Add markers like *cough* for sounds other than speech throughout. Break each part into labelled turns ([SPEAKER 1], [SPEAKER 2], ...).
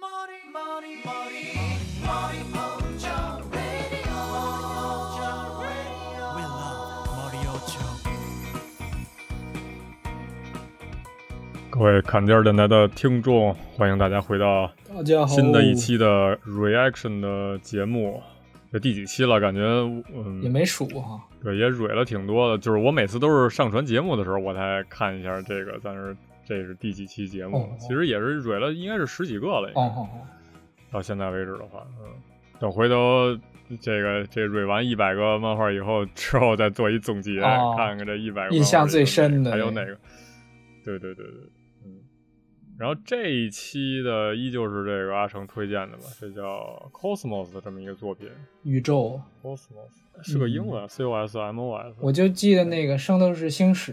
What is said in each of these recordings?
[SPEAKER 1] 머리 머리 머리 머리 먼저 radio We love 머리 오죠
[SPEAKER 2] 各位砍价电台的听众，欢迎大家回到
[SPEAKER 3] 大家好，
[SPEAKER 2] 新的一期的 reaction 的节目。这第几期了？感觉
[SPEAKER 3] 也
[SPEAKER 2] 嗯，
[SPEAKER 3] 没数哈，
[SPEAKER 2] 对，也蕊了挺多的。就是我每次都是上传节目的时候，我才看一下这个，但是这是第几期节目？
[SPEAKER 3] 哦
[SPEAKER 2] 其实也是蕊了，应该是十几个了。应该
[SPEAKER 3] 哦哦哦，
[SPEAKER 2] 到现在为止的话，嗯，等回头这个这蕊完一百个漫画以后，之后再做一总结，
[SPEAKER 3] 哦
[SPEAKER 2] 看看这一百个
[SPEAKER 3] 印象最深的
[SPEAKER 2] 还有
[SPEAKER 3] 那
[SPEAKER 2] 哪个？对对对对，嗯。然后这一期的依旧是这个阿成推荐的吧，这叫 Cosmos 的这么一个作品
[SPEAKER 3] 宇宙，
[SPEAKER 2] ，Cosmos 是个英文、C 啊 O S M O S，
[SPEAKER 3] 嗯我就记得那个《圣斗士星矢》，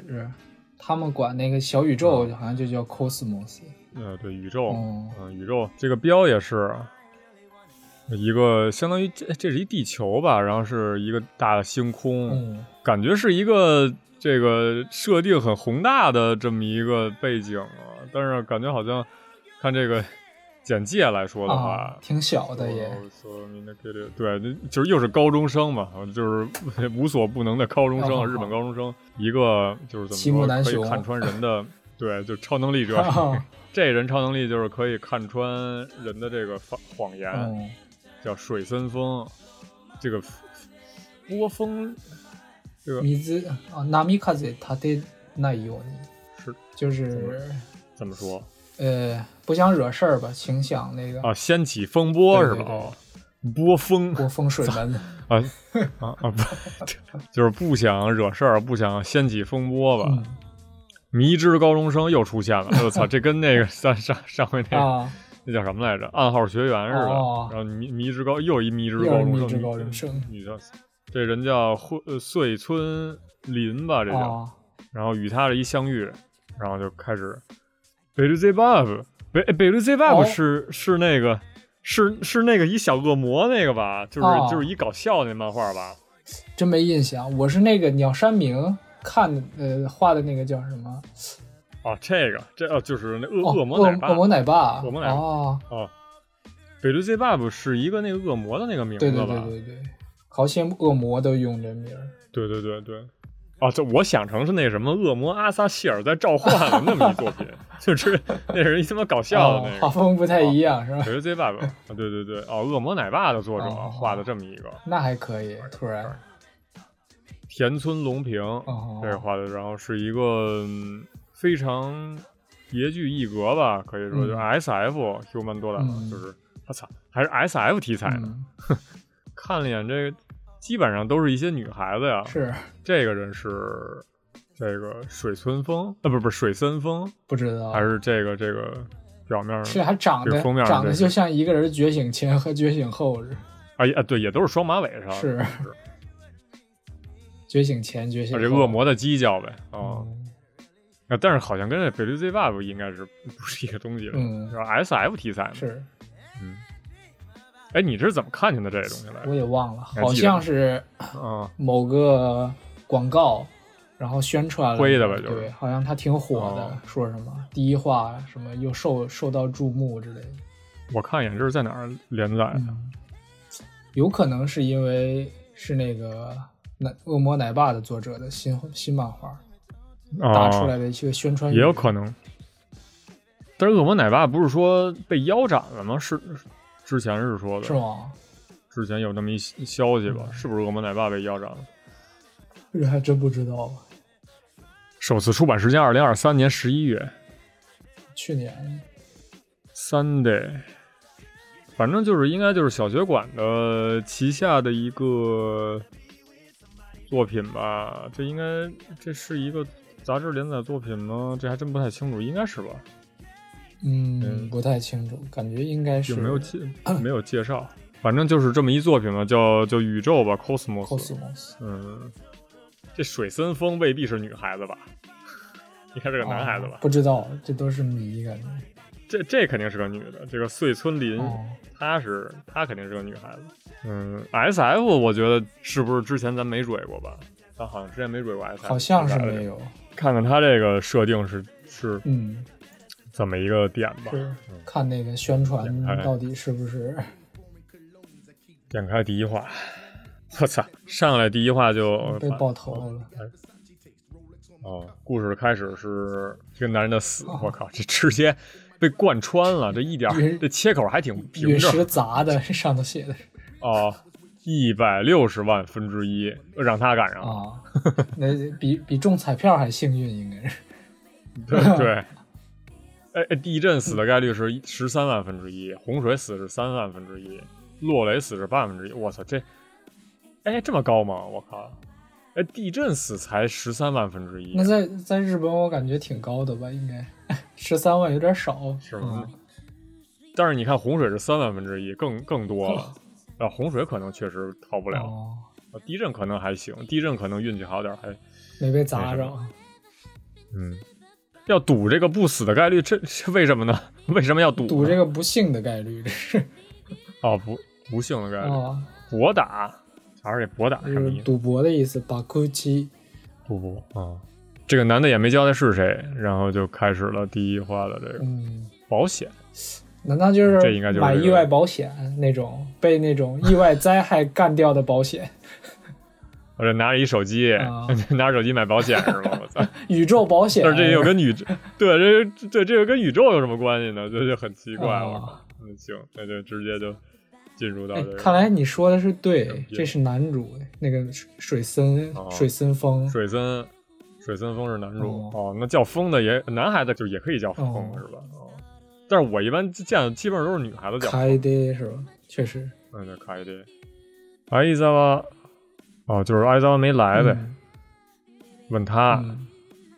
[SPEAKER 3] 他们管那个小宇宙
[SPEAKER 2] 嗯
[SPEAKER 3] 好像就叫 cosmos，
[SPEAKER 2] 呃，对，宇宙，
[SPEAKER 3] 哦
[SPEAKER 2] 嗯、宇宙这个标也是一个相当于这这是一地球吧，然后是一个大的星空，
[SPEAKER 3] 嗯，
[SPEAKER 2] 感觉是一个这个设定很宏大的这么一个背景啊，但是感觉好像看这个 *laughs* 简介来说的话，
[SPEAKER 3] 啊，挺小的也，
[SPEAKER 2] So- so manipulative 对，那就是又是高中生嘛，就是无所不能的高中生，
[SPEAKER 3] 哦
[SPEAKER 2] 日本高中生，一个就是
[SPEAKER 3] 齐
[SPEAKER 2] 怎
[SPEAKER 3] 木
[SPEAKER 2] 么
[SPEAKER 3] 楠
[SPEAKER 2] 说可
[SPEAKER 3] 雄
[SPEAKER 2] 以看穿人的，
[SPEAKER 3] *laughs*
[SPEAKER 2] 对，就超能力者， *laughs*
[SPEAKER 3] 哦
[SPEAKER 2] 这人超能力就是可以看穿人的这个谎谎言，
[SPEAKER 3] 嗯，
[SPEAKER 2] 叫水森风，这个波峰这个
[SPEAKER 3] 水啊，波風立てないように，
[SPEAKER 2] 是
[SPEAKER 3] 就是
[SPEAKER 2] 怎么说
[SPEAKER 3] 呃，不想惹事儿吧，请想那个
[SPEAKER 2] 啊？掀起风波
[SPEAKER 3] 对
[SPEAKER 2] 是
[SPEAKER 3] 对
[SPEAKER 2] 吧？
[SPEAKER 3] 对
[SPEAKER 2] 哦波峰
[SPEAKER 3] 波风水
[SPEAKER 2] *laughs*
[SPEAKER 3] 门，
[SPEAKER 2] 啊啊啊！不， *laughs* 就是不想惹事儿，不想掀起风波吧？
[SPEAKER 3] 嗯
[SPEAKER 2] 迷之高中生又出现
[SPEAKER 3] *laughs*
[SPEAKER 2] 了，我操，这跟那个上上上回那个、
[SPEAKER 3] 啊，
[SPEAKER 2] 那叫什么来着？暗号学员似的。
[SPEAKER 3] 哦
[SPEAKER 2] 然后迷迷之高又一迷之
[SPEAKER 3] 又是
[SPEAKER 2] 高中生，
[SPEAKER 3] 迷之高中生
[SPEAKER 2] 女的，这人叫惠呃穗村林吧，这叫。
[SPEAKER 3] 啊，
[SPEAKER 2] 然后与他的一相遇，然后就开始北绿 Z Bob，北北绿 Z Bob
[SPEAKER 3] 哦
[SPEAKER 2] 是、是那个是是那个一小恶魔那个吧，就是、
[SPEAKER 3] 哦
[SPEAKER 2] 就是一搞笑那漫画吧，
[SPEAKER 3] 真没印象，我是那个鸟山明看的呃画的那个叫什么？
[SPEAKER 2] 啊，这个这哦就是那恶、
[SPEAKER 3] 哦
[SPEAKER 2] 恶魔奶爸，
[SPEAKER 3] 恶魔奶爸，
[SPEAKER 2] 恶魔奶爸
[SPEAKER 3] 哦，
[SPEAKER 2] 哦，北绿 Z Bob 是一个那个恶魔的那个名字
[SPEAKER 3] 对
[SPEAKER 2] 吧？
[SPEAKER 3] 对对对对，好些恶魔都用这名儿，
[SPEAKER 2] 对对对对啊，这我想成是那什么恶魔阿萨希尔在召唤了那么一
[SPEAKER 3] *laughs*
[SPEAKER 2] 作品，就是那是一他妈搞笑的那个。
[SPEAKER 3] 哦画风不太一样、是吧？
[SPEAKER 2] 北绿 Z Bob，啊对对对，哦，恶魔奶爸的作者
[SPEAKER 3] 哦
[SPEAKER 2] 画的这么一个，
[SPEAKER 3] 那还可以，突然
[SPEAKER 2] 田村隆平、
[SPEAKER 3] 哦
[SPEAKER 2] 这个画的，然后是一个、嗯非常别具一格吧，可以说、就
[SPEAKER 3] 嗯
[SPEAKER 2] 是 S F 休曼多朗，
[SPEAKER 3] 嗯
[SPEAKER 2] 就是我操，还是 S F 题材呢。
[SPEAKER 3] 嗯、
[SPEAKER 2] 看了一眼这个，基本上都是一些女孩子呀。
[SPEAKER 3] 是
[SPEAKER 2] 这个人是这个水村风，呃，不不，水森风，
[SPEAKER 3] 不知道
[SPEAKER 2] 还是这个这个表面
[SPEAKER 3] 这还长
[SPEAKER 2] 这
[SPEAKER 3] 得
[SPEAKER 2] 个封面上
[SPEAKER 3] 长得
[SPEAKER 2] 这是
[SPEAKER 3] 就像一个人觉醒前和觉醒后似的，
[SPEAKER 2] 啊也啊对，也都是双马尾上
[SPEAKER 3] 是
[SPEAKER 2] 啊是，
[SPEAKER 3] 觉醒前觉醒
[SPEAKER 2] 啊
[SPEAKER 3] 后。
[SPEAKER 2] 这恶魔的犄角呗啊。哦
[SPEAKER 3] 嗯
[SPEAKER 2] 啊，但是好像跟这北绿 Z Web 应该是不是一个东西了，
[SPEAKER 3] 嗯
[SPEAKER 2] 是 S F 题材嘛。
[SPEAKER 3] 是
[SPEAKER 2] 嗯，哎，你这是怎么看见的这个东西来
[SPEAKER 3] 我
[SPEAKER 2] 着？
[SPEAKER 3] 也忘了，
[SPEAKER 2] 还记得吗
[SPEAKER 3] 好像是
[SPEAKER 2] 啊，
[SPEAKER 3] 某个广告，然后宣传了
[SPEAKER 2] 推的呗就是
[SPEAKER 3] 对，好像他挺火的，
[SPEAKER 2] 哦
[SPEAKER 3] 说什么第一话什么又受受到注目之类的。
[SPEAKER 2] 我看一眼这是在哪儿连载的？
[SPEAKER 3] 嗯，有可能是因为是那个奶恶魔奶爸的作者的新新漫画嗯打出来
[SPEAKER 2] 啊，
[SPEAKER 3] 的一些宣传语，
[SPEAKER 2] 也有可能。但是恶魔奶爸不是说被腰斩了吗？是是之前是说的，
[SPEAKER 3] 是吗？嗯
[SPEAKER 2] 之前有这么一消息吧？是不是恶魔奶爸被腰斩了？
[SPEAKER 3] 这还真不知道，
[SPEAKER 2] 首次出版时间二零二三年十一月
[SPEAKER 3] 去年
[SPEAKER 2] Sunday，反正就是应该就是小学馆的旗下的一个作品吧。这应该这是一个杂志连载作品吗？这还真不太清楚，应该是吧？
[SPEAKER 3] 嗯
[SPEAKER 2] 嗯
[SPEAKER 3] 不太清楚，感觉应该是
[SPEAKER 2] 有没有介没有介绍？反正就是这么一作品嘛，叫叫宇宙吧，Cosmos。
[SPEAKER 3] Cosmos
[SPEAKER 2] 嗯，这水森风未必是女孩子吧？ *laughs* 应该是个男孩子吧？
[SPEAKER 3] 啊不知道，这都是谜感觉。
[SPEAKER 2] 这这肯定是个女的。这个穗村林，
[SPEAKER 3] 哦，
[SPEAKER 2] 她是她肯定是个女孩子。嗯，S F 我觉得是不是之前咱没追过吧？咱好像之前没追过 S F，
[SPEAKER 3] 好像是没。有，
[SPEAKER 2] 看看她这个设定是是
[SPEAKER 3] 嗯，
[SPEAKER 2] 这么一个点吧。
[SPEAKER 3] 是看那个宣传
[SPEAKER 2] 嗯哎
[SPEAKER 3] 到底是不是
[SPEAKER 2] 点开第一话，我操，上来第一话就
[SPEAKER 3] 嗯被爆头
[SPEAKER 2] *laughs*
[SPEAKER 3] 了。
[SPEAKER 2] 哦，故事开始是一个男人的死，
[SPEAKER 3] 哦
[SPEAKER 2] 我靠，这直接被贯穿了，这一点儿
[SPEAKER 3] 陨
[SPEAKER 2] 这切口还挺平
[SPEAKER 3] 陨石
[SPEAKER 2] 整
[SPEAKER 3] 砸的， *laughs* 上头写的
[SPEAKER 2] 哦，一百六十万分之一让他赶上了，
[SPEAKER 3] 啊，那比比中彩票还幸运，应该是
[SPEAKER 2] *laughs* 对对。哎哎，地震死的概率是十三万分之一，洪水死是三万分之一，落雷死是八分之一。我操，这，哎，这么高吗？我靠，哎，地震死才十三万分之一
[SPEAKER 3] 那，在在日本，我感觉挺高的吧？应该十三万有点少，嗯
[SPEAKER 2] 是吗？但是你看洪水是三万分之一，更更多
[SPEAKER 3] *laughs*
[SPEAKER 2] 了。啊，洪水可能确实逃不
[SPEAKER 3] 嗯？
[SPEAKER 2] 了，
[SPEAKER 3] 哦，
[SPEAKER 2] 啊地震可能还行，地震可能运气好点儿，还
[SPEAKER 3] 没被砸着。
[SPEAKER 2] 嗯，要赌这个不死的概率，这这为什么呢？ *laughs* 为什么要赌呢？
[SPEAKER 3] 赌这个不幸的概率，这是
[SPEAKER 2] 哦，不不幸的概率，
[SPEAKER 3] 啊，
[SPEAKER 2] 博打，还是这博打
[SPEAKER 3] 就
[SPEAKER 2] 什么
[SPEAKER 3] 是
[SPEAKER 2] 意思？
[SPEAKER 3] 赌博的意思。把哭泣
[SPEAKER 2] 赌博啊。这个男的也没交代是谁，然后就开始了第一话的这个
[SPEAKER 3] 嗯，
[SPEAKER 2] 保险。
[SPEAKER 3] 难道就
[SPEAKER 2] 这应该就是
[SPEAKER 3] 买
[SPEAKER 2] 这个
[SPEAKER 3] 意外保险那种被那种意外灾害干掉的保险？ *laughs*
[SPEAKER 2] 我这拿着一手机，
[SPEAKER 3] 啊
[SPEAKER 2] *laughs* 拿着手机买保险是吗？我操！
[SPEAKER 3] 宇宙保险？
[SPEAKER 2] 但是这又跟宇宙，对，这对这又跟宇宙有什么关系呢？这就很奇怪。
[SPEAKER 3] 哦
[SPEAKER 2] 我靠，嗯，行，那就直接就进入到
[SPEAKER 3] 哎
[SPEAKER 2] 这个。
[SPEAKER 3] 看来你说的是对，
[SPEAKER 2] 也
[SPEAKER 3] 这是男主那个水水森、
[SPEAKER 2] 哦
[SPEAKER 3] 水森风
[SPEAKER 2] 水森，水森风是男主
[SPEAKER 3] 哦
[SPEAKER 2] 哦那叫风的也男孩子就也可以叫风、
[SPEAKER 3] 哦
[SPEAKER 2] 是吧？哦，但是我一般见的基本上都是女孩子叫风。
[SPEAKER 3] 开的是吧？确实，
[SPEAKER 2] 嗯，对，卡伊迪。阿伊萨瓦，哦，就是阿伊萨瓦没来呗？
[SPEAKER 3] 嗯
[SPEAKER 2] 问他，
[SPEAKER 3] 嗯，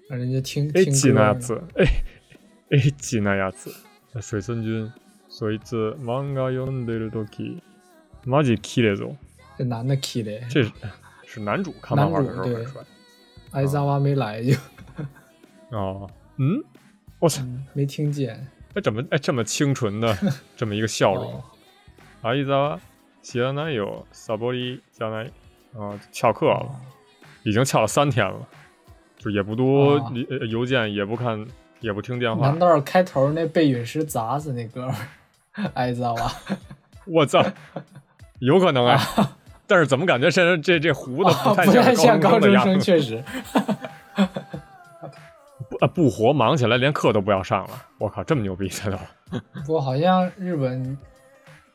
[SPEAKER 3] 让人家听
[SPEAKER 2] 哎，
[SPEAKER 3] 听
[SPEAKER 2] 吉
[SPEAKER 3] 歌
[SPEAKER 2] 那亚
[SPEAKER 3] 呢。
[SPEAKER 2] 子，哎，哎，吉那亚子，哎水森君，所以这漫画読んでる時、マジ綺麗ぞ。
[SPEAKER 3] 这男的 key 的，
[SPEAKER 2] 这是 *laughs* 是男主看漫画的时候
[SPEAKER 3] 男主
[SPEAKER 2] 很
[SPEAKER 3] 对
[SPEAKER 2] 帅
[SPEAKER 3] 艾扎娃没来就
[SPEAKER 2] 哦，嗯，我操，
[SPEAKER 3] 嗯没听见。
[SPEAKER 2] 哎，怎么哎这么清纯
[SPEAKER 3] *laughs*
[SPEAKER 2] 的这么一个笑容？
[SPEAKER 3] 哦，
[SPEAKER 2] 阿伊扎知らないよ、サボりじゃない。啊、翘课
[SPEAKER 3] 哦
[SPEAKER 2] 了，已经翘了三天了，就也不读、
[SPEAKER 3] 哦
[SPEAKER 2] 呃邮件，也不看，也不听电话
[SPEAKER 3] 难。道是开头那被陨石砸死那哥们儿？艾扎娃，
[SPEAKER 2] 我
[SPEAKER 3] *laughs*
[SPEAKER 2] 操，有可能哎，但是怎么感觉现在这这胡子不 *laughs* 太
[SPEAKER 3] 哦不
[SPEAKER 2] 像
[SPEAKER 3] 太像
[SPEAKER 2] 高
[SPEAKER 3] 高
[SPEAKER 2] 中生的样
[SPEAKER 3] 中生，
[SPEAKER 2] 子？
[SPEAKER 3] 确实。
[SPEAKER 2] 不啊不活，忙起来连课都不要上了。我靠，这么牛逼，他都
[SPEAKER 3] 不过好像日本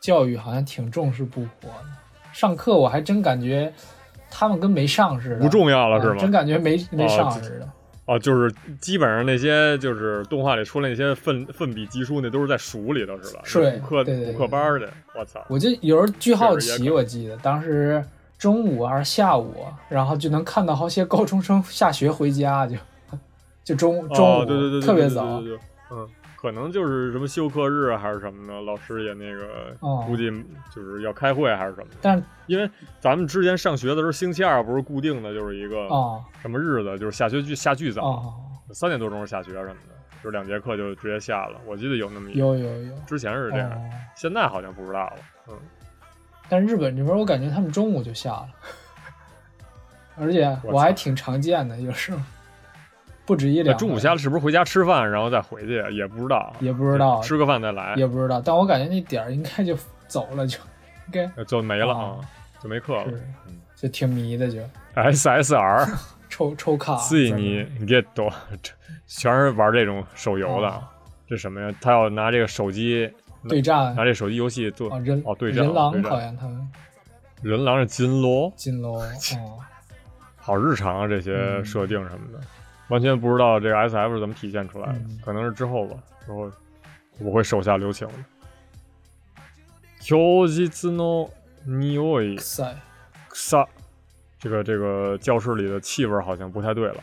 [SPEAKER 3] 教育好像挺重视不活的，上课我还真感觉他们跟没上似的，
[SPEAKER 2] 不重要了
[SPEAKER 3] 啊
[SPEAKER 2] 是吗？
[SPEAKER 3] 真感觉没没
[SPEAKER 2] 哦
[SPEAKER 3] 上
[SPEAKER 2] 这
[SPEAKER 3] 似的。
[SPEAKER 2] 哦，就是基本上那些就是动画里出来那些奋奋笔疾书，那都是在塾里头是吧？
[SPEAKER 3] 是
[SPEAKER 2] 补课
[SPEAKER 3] 对对对
[SPEAKER 2] 补课班儿的。我操！
[SPEAKER 3] 我就有时候巨好
[SPEAKER 2] 确实
[SPEAKER 3] 奇，
[SPEAKER 2] 也
[SPEAKER 3] 我记得当时中午啊还是下午，然后就能看到好些高中生下学回家就就中中午、
[SPEAKER 2] 哦、对对对对，
[SPEAKER 3] 特别
[SPEAKER 2] 对
[SPEAKER 3] 早
[SPEAKER 2] 对对对嗯，可能就是什么休课日啊还是什么的，老师也那个
[SPEAKER 3] 哦
[SPEAKER 2] 估计就是要开会还是什么的。
[SPEAKER 3] 但
[SPEAKER 2] 因为咱们之前上学的时候，星期二不是固定的，就是一个
[SPEAKER 3] 哦
[SPEAKER 2] 什么日子，就是下学巨下巨早，
[SPEAKER 3] 哦，
[SPEAKER 2] 三点多钟下学什么的，就是两节课就直接下了。我记得有那么一，
[SPEAKER 3] 有有有，
[SPEAKER 2] 之前是这样，
[SPEAKER 3] 哦
[SPEAKER 2] 现在好像不知道了。嗯，
[SPEAKER 3] 但日本这边我感觉他们中午就下了，而且
[SPEAKER 2] 我
[SPEAKER 3] 我还
[SPEAKER 2] 操
[SPEAKER 3] 挺常见的，有时候不止一
[SPEAKER 2] 那
[SPEAKER 3] 两。
[SPEAKER 2] 中午下了是不是回家吃饭，然后再回去也不知道，
[SPEAKER 3] 也不知道，
[SPEAKER 2] 吃个饭再来
[SPEAKER 3] 也不知道，但我感觉那点儿应该就走了，就应该
[SPEAKER 2] 呃就没了
[SPEAKER 3] 哦
[SPEAKER 2] 啊，就没课了。
[SPEAKER 3] 是就挺迷的，就
[SPEAKER 2] SSR
[SPEAKER 3] 抽抽卡。
[SPEAKER 2] 自己你 get 多，这全是玩这种手游的。
[SPEAKER 3] 哦
[SPEAKER 2] 这什么呀？他要拿这个手机，
[SPEAKER 3] 对战
[SPEAKER 2] 拿这手机游戏做
[SPEAKER 3] 啊，人
[SPEAKER 2] 哦对战
[SPEAKER 3] 人狼
[SPEAKER 2] 对战
[SPEAKER 3] 考验他们
[SPEAKER 2] 人狼是金龙，*laughs*
[SPEAKER 3] 金楼哦，
[SPEAKER 2] 好日常啊，这些
[SPEAKER 3] 嗯
[SPEAKER 2] 设定什么的，完全不知道这个 SF 是怎么体现出来的，
[SPEAKER 3] 嗯
[SPEAKER 2] 可能是之后吧，之后我会手下留情的。休日
[SPEAKER 3] *laughs*
[SPEAKER 2] の匂い
[SPEAKER 3] 塞
[SPEAKER 2] さ，这个这个教室里的气味好像不太对了。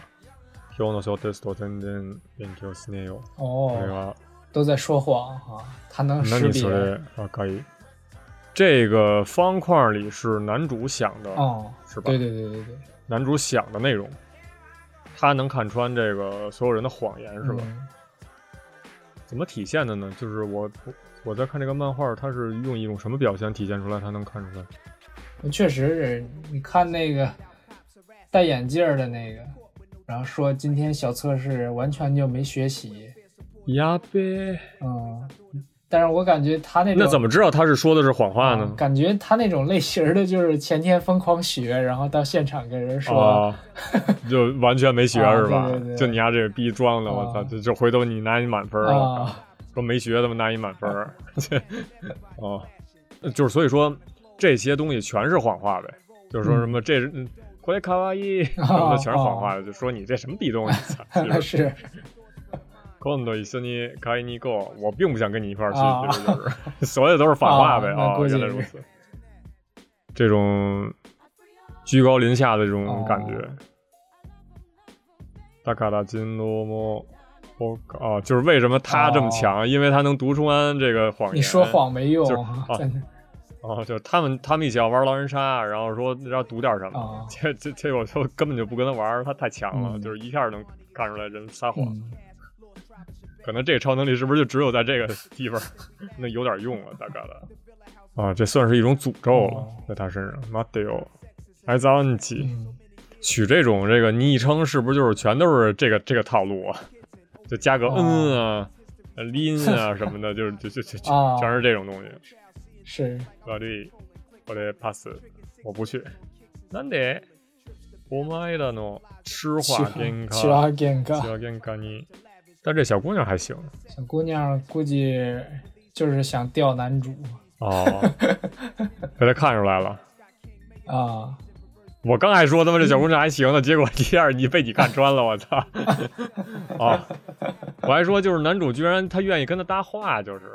[SPEAKER 2] 今日の小テスト全然勉強しねえよ。これ
[SPEAKER 3] 哦，
[SPEAKER 2] は
[SPEAKER 3] 都在说谎哈，他能识
[SPEAKER 2] 何
[SPEAKER 3] 别
[SPEAKER 2] それ啊，可以。这个方块里是男主想的，
[SPEAKER 3] 哦，
[SPEAKER 2] 是吧？
[SPEAKER 3] 对对对对对，
[SPEAKER 2] 男主想的内容，他能看穿这个所有人的谎言，是吧？
[SPEAKER 3] 嗯
[SPEAKER 2] 怎么体现的呢？就是我我我在看这个漫画，它是用一种什么表现体现出来？他能看出来？
[SPEAKER 3] 嗯确实是，你看那个戴眼镜儿的那个，然后说今天小测试完全就没学习，
[SPEAKER 2] 呀呗，
[SPEAKER 3] 嗯，但是我感觉他那种
[SPEAKER 2] 那怎么知道他是说的是谎话呢？
[SPEAKER 3] 感觉他那种类型儿的，就是前天疯狂学，然后到现场跟人说，
[SPEAKER 2] 啊，就完全没学
[SPEAKER 3] 啊
[SPEAKER 2] 是吧
[SPEAKER 3] 对对对？
[SPEAKER 2] 就你丫这个逼装的，我操！
[SPEAKER 3] 啊
[SPEAKER 2] 就就回头你拿你满分了，
[SPEAKER 3] 啊，
[SPEAKER 2] 说没学他妈拿你满分
[SPEAKER 3] *laughs*
[SPEAKER 2] 儿，哦，就是所以说这些东西全是谎话呗，就是说什么这是。嗯回来卡哇伊什么 *laughs*
[SPEAKER 3] 啊
[SPEAKER 2] 的全是谎话，就说你这什么逼东西，
[SPEAKER 3] *laughs*
[SPEAKER 2] 操！其实
[SPEAKER 3] 是，
[SPEAKER 2] 今度一緒に買いに行こう。我并不想跟你一块儿去，
[SPEAKER 3] 啊
[SPEAKER 2] 其实就是， *laughs* 所有都是反话呗。
[SPEAKER 3] 啊那
[SPEAKER 2] 哦，
[SPEAKER 3] 估计
[SPEAKER 2] 原来如此。这种居高临下的这种感觉。
[SPEAKER 3] 哦
[SPEAKER 2] 大卡达金罗莫，我啊，就是为什么他这么强？因为他能读出安这个谎言。
[SPEAKER 3] 哦你说谎没用
[SPEAKER 2] 就是啊，
[SPEAKER 3] 真的
[SPEAKER 2] 哦，就是他们他们一起要玩狼人杀，然后说要赌点什么，
[SPEAKER 3] 啊
[SPEAKER 2] 这这这我就根本就不跟他玩，他太强了，
[SPEAKER 3] 嗯
[SPEAKER 2] 就是一下能看出来人撒谎。
[SPEAKER 3] 嗯
[SPEAKER 2] 可能这个超能力是不是就只有在这个地方那有点用了，大概的。啊，这算是一种诅咒了，
[SPEAKER 3] 哦
[SPEAKER 2] 在他身上。马德欧，埃扎恩奇
[SPEAKER 3] 嗯，
[SPEAKER 2] 取这种这个昵称，是不是就是全都是这个这个套路啊？就加个
[SPEAKER 3] 哦
[SPEAKER 2] 嗯啊、呃林
[SPEAKER 3] *laughs*
[SPEAKER 2] 啊什么的，就是就就就
[SPEAKER 3] 哦
[SPEAKER 2] 就全是这种东西。
[SPEAKER 3] 是
[SPEAKER 2] 我这我这 pass，我不去。なんでお前らの痴话喧
[SPEAKER 3] 喜欢
[SPEAKER 2] 嘩、
[SPEAKER 3] 尴
[SPEAKER 2] 痴
[SPEAKER 3] 尬。
[SPEAKER 2] 话喧嘩に，但这小姑娘还行。
[SPEAKER 3] 小姑娘估计就是想钓男主
[SPEAKER 2] 哦，被他看出来了。
[SPEAKER 3] 啊，
[SPEAKER 2] 我刚还说他妈这小姑娘还行呢，结果第二你被你看穿了，我操！啊，我还说就是男主居然他愿意跟他搭话，就是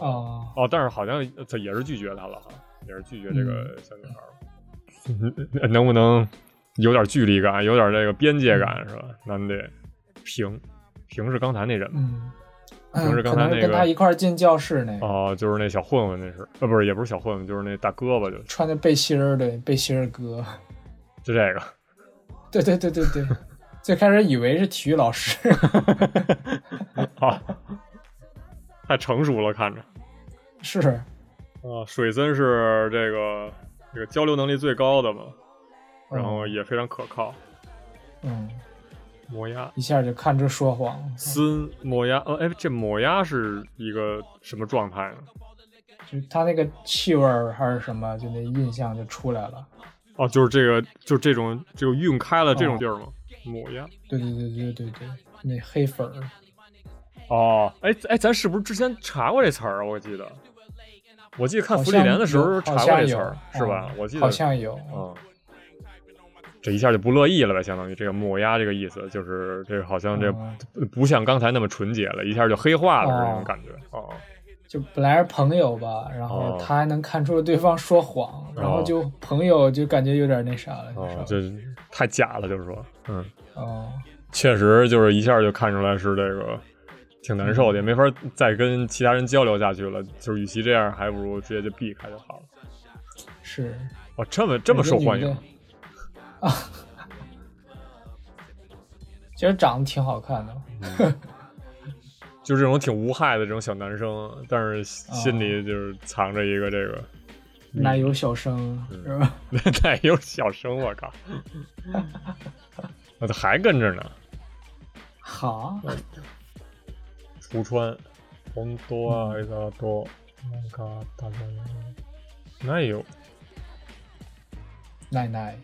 [SPEAKER 3] 啊，
[SPEAKER 2] 哦，但是好像他也是拒绝他了，哈，也是拒绝这个小女孩儿了。能不能有点距离感，有点这个边界感是吧？咱们得平平是刚才那人吗？
[SPEAKER 3] 嗯，
[SPEAKER 2] 不是刚
[SPEAKER 3] 可
[SPEAKER 2] 才
[SPEAKER 3] 能
[SPEAKER 2] 那个
[SPEAKER 3] 跟他一块儿进教室那个，
[SPEAKER 2] 哦，就是那小混混那是，呃，不是也不是小混混，就是那大胳膊就
[SPEAKER 3] 穿的背心儿的背心儿哥， *laughs*
[SPEAKER 2] 就这个。
[SPEAKER 3] 对对对对对，最开始以为是体育老师， *laughs*
[SPEAKER 2] *laughs* 啊，太成熟了，看着。
[SPEAKER 3] 是嗯
[SPEAKER 2] 啊，水森是这个这个交流能力最高的嘛，然后也非常可靠。
[SPEAKER 3] 嗯，
[SPEAKER 2] 摩押
[SPEAKER 3] 一下就看出说谎了，
[SPEAKER 2] 森摩押，呃，哎，这摩押是一个什么状态呢？
[SPEAKER 3] 就他那个气味儿还是什么，就那印象就出来了。
[SPEAKER 2] 哦、就是这个，就是这种这个运开了这
[SPEAKER 3] 哦
[SPEAKER 2] 种地儿吗？摩押。
[SPEAKER 3] 对对对对对对，那黑粉儿，
[SPEAKER 2] 哦，哎哎，咱是不是之前查过这词儿啊？我记得，我记得看
[SPEAKER 3] 好
[SPEAKER 2] 福利连
[SPEAKER 3] 像
[SPEAKER 2] 的时候
[SPEAKER 3] 有
[SPEAKER 2] 查
[SPEAKER 3] 好
[SPEAKER 2] 过
[SPEAKER 3] 像
[SPEAKER 2] 这词
[SPEAKER 3] 有
[SPEAKER 2] 儿，是吧
[SPEAKER 3] 嗯？
[SPEAKER 2] 我记得
[SPEAKER 3] 好像有，
[SPEAKER 2] 嗯，这一下就不乐意了呗，相当于这个抹压这个意思，就是这个好像这
[SPEAKER 3] 嗯
[SPEAKER 2] 不像刚才那么纯洁了，一下就黑化了这种
[SPEAKER 3] 哦
[SPEAKER 2] 感觉。哦，
[SPEAKER 3] 就本来是朋友吧，然后
[SPEAKER 2] 哦
[SPEAKER 3] 他还能看出对方说谎，然后就朋友就感觉有点那啥了，
[SPEAKER 2] 哦，
[SPEAKER 3] 就
[SPEAKER 2] 这
[SPEAKER 3] 是
[SPEAKER 2] 太假了，就是说，嗯，
[SPEAKER 3] 哦，
[SPEAKER 2] 确实就是一下就看出来是这个挺难受的，也没法再跟其他人交流下去了。就是与其这样，还不如直接就避开就好了。
[SPEAKER 3] 是
[SPEAKER 2] 哇，这么这么受欢
[SPEAKER 3] 有
[SPEAKER 2] 迎
[SPEAKER 3] 个，女的啊， *laughs* 其实长得挺好看的，
[SPEAKER 2] 就是这种挺无害的这种小男生，但是心里就是藏着一个这个。嗯
[SPEAKER 3] 奶油小生是吧？ *laughs*
[SPEAKER 2] *laughs* 奶油小生，我靠！我这 *laughs* 还跟着呢。
[SPEAKER 3] 好，
[SPEAKER 2] 嗯橱窗，红多啊，一大多，那个大家奶油
[SPEAKER 3] 奶奶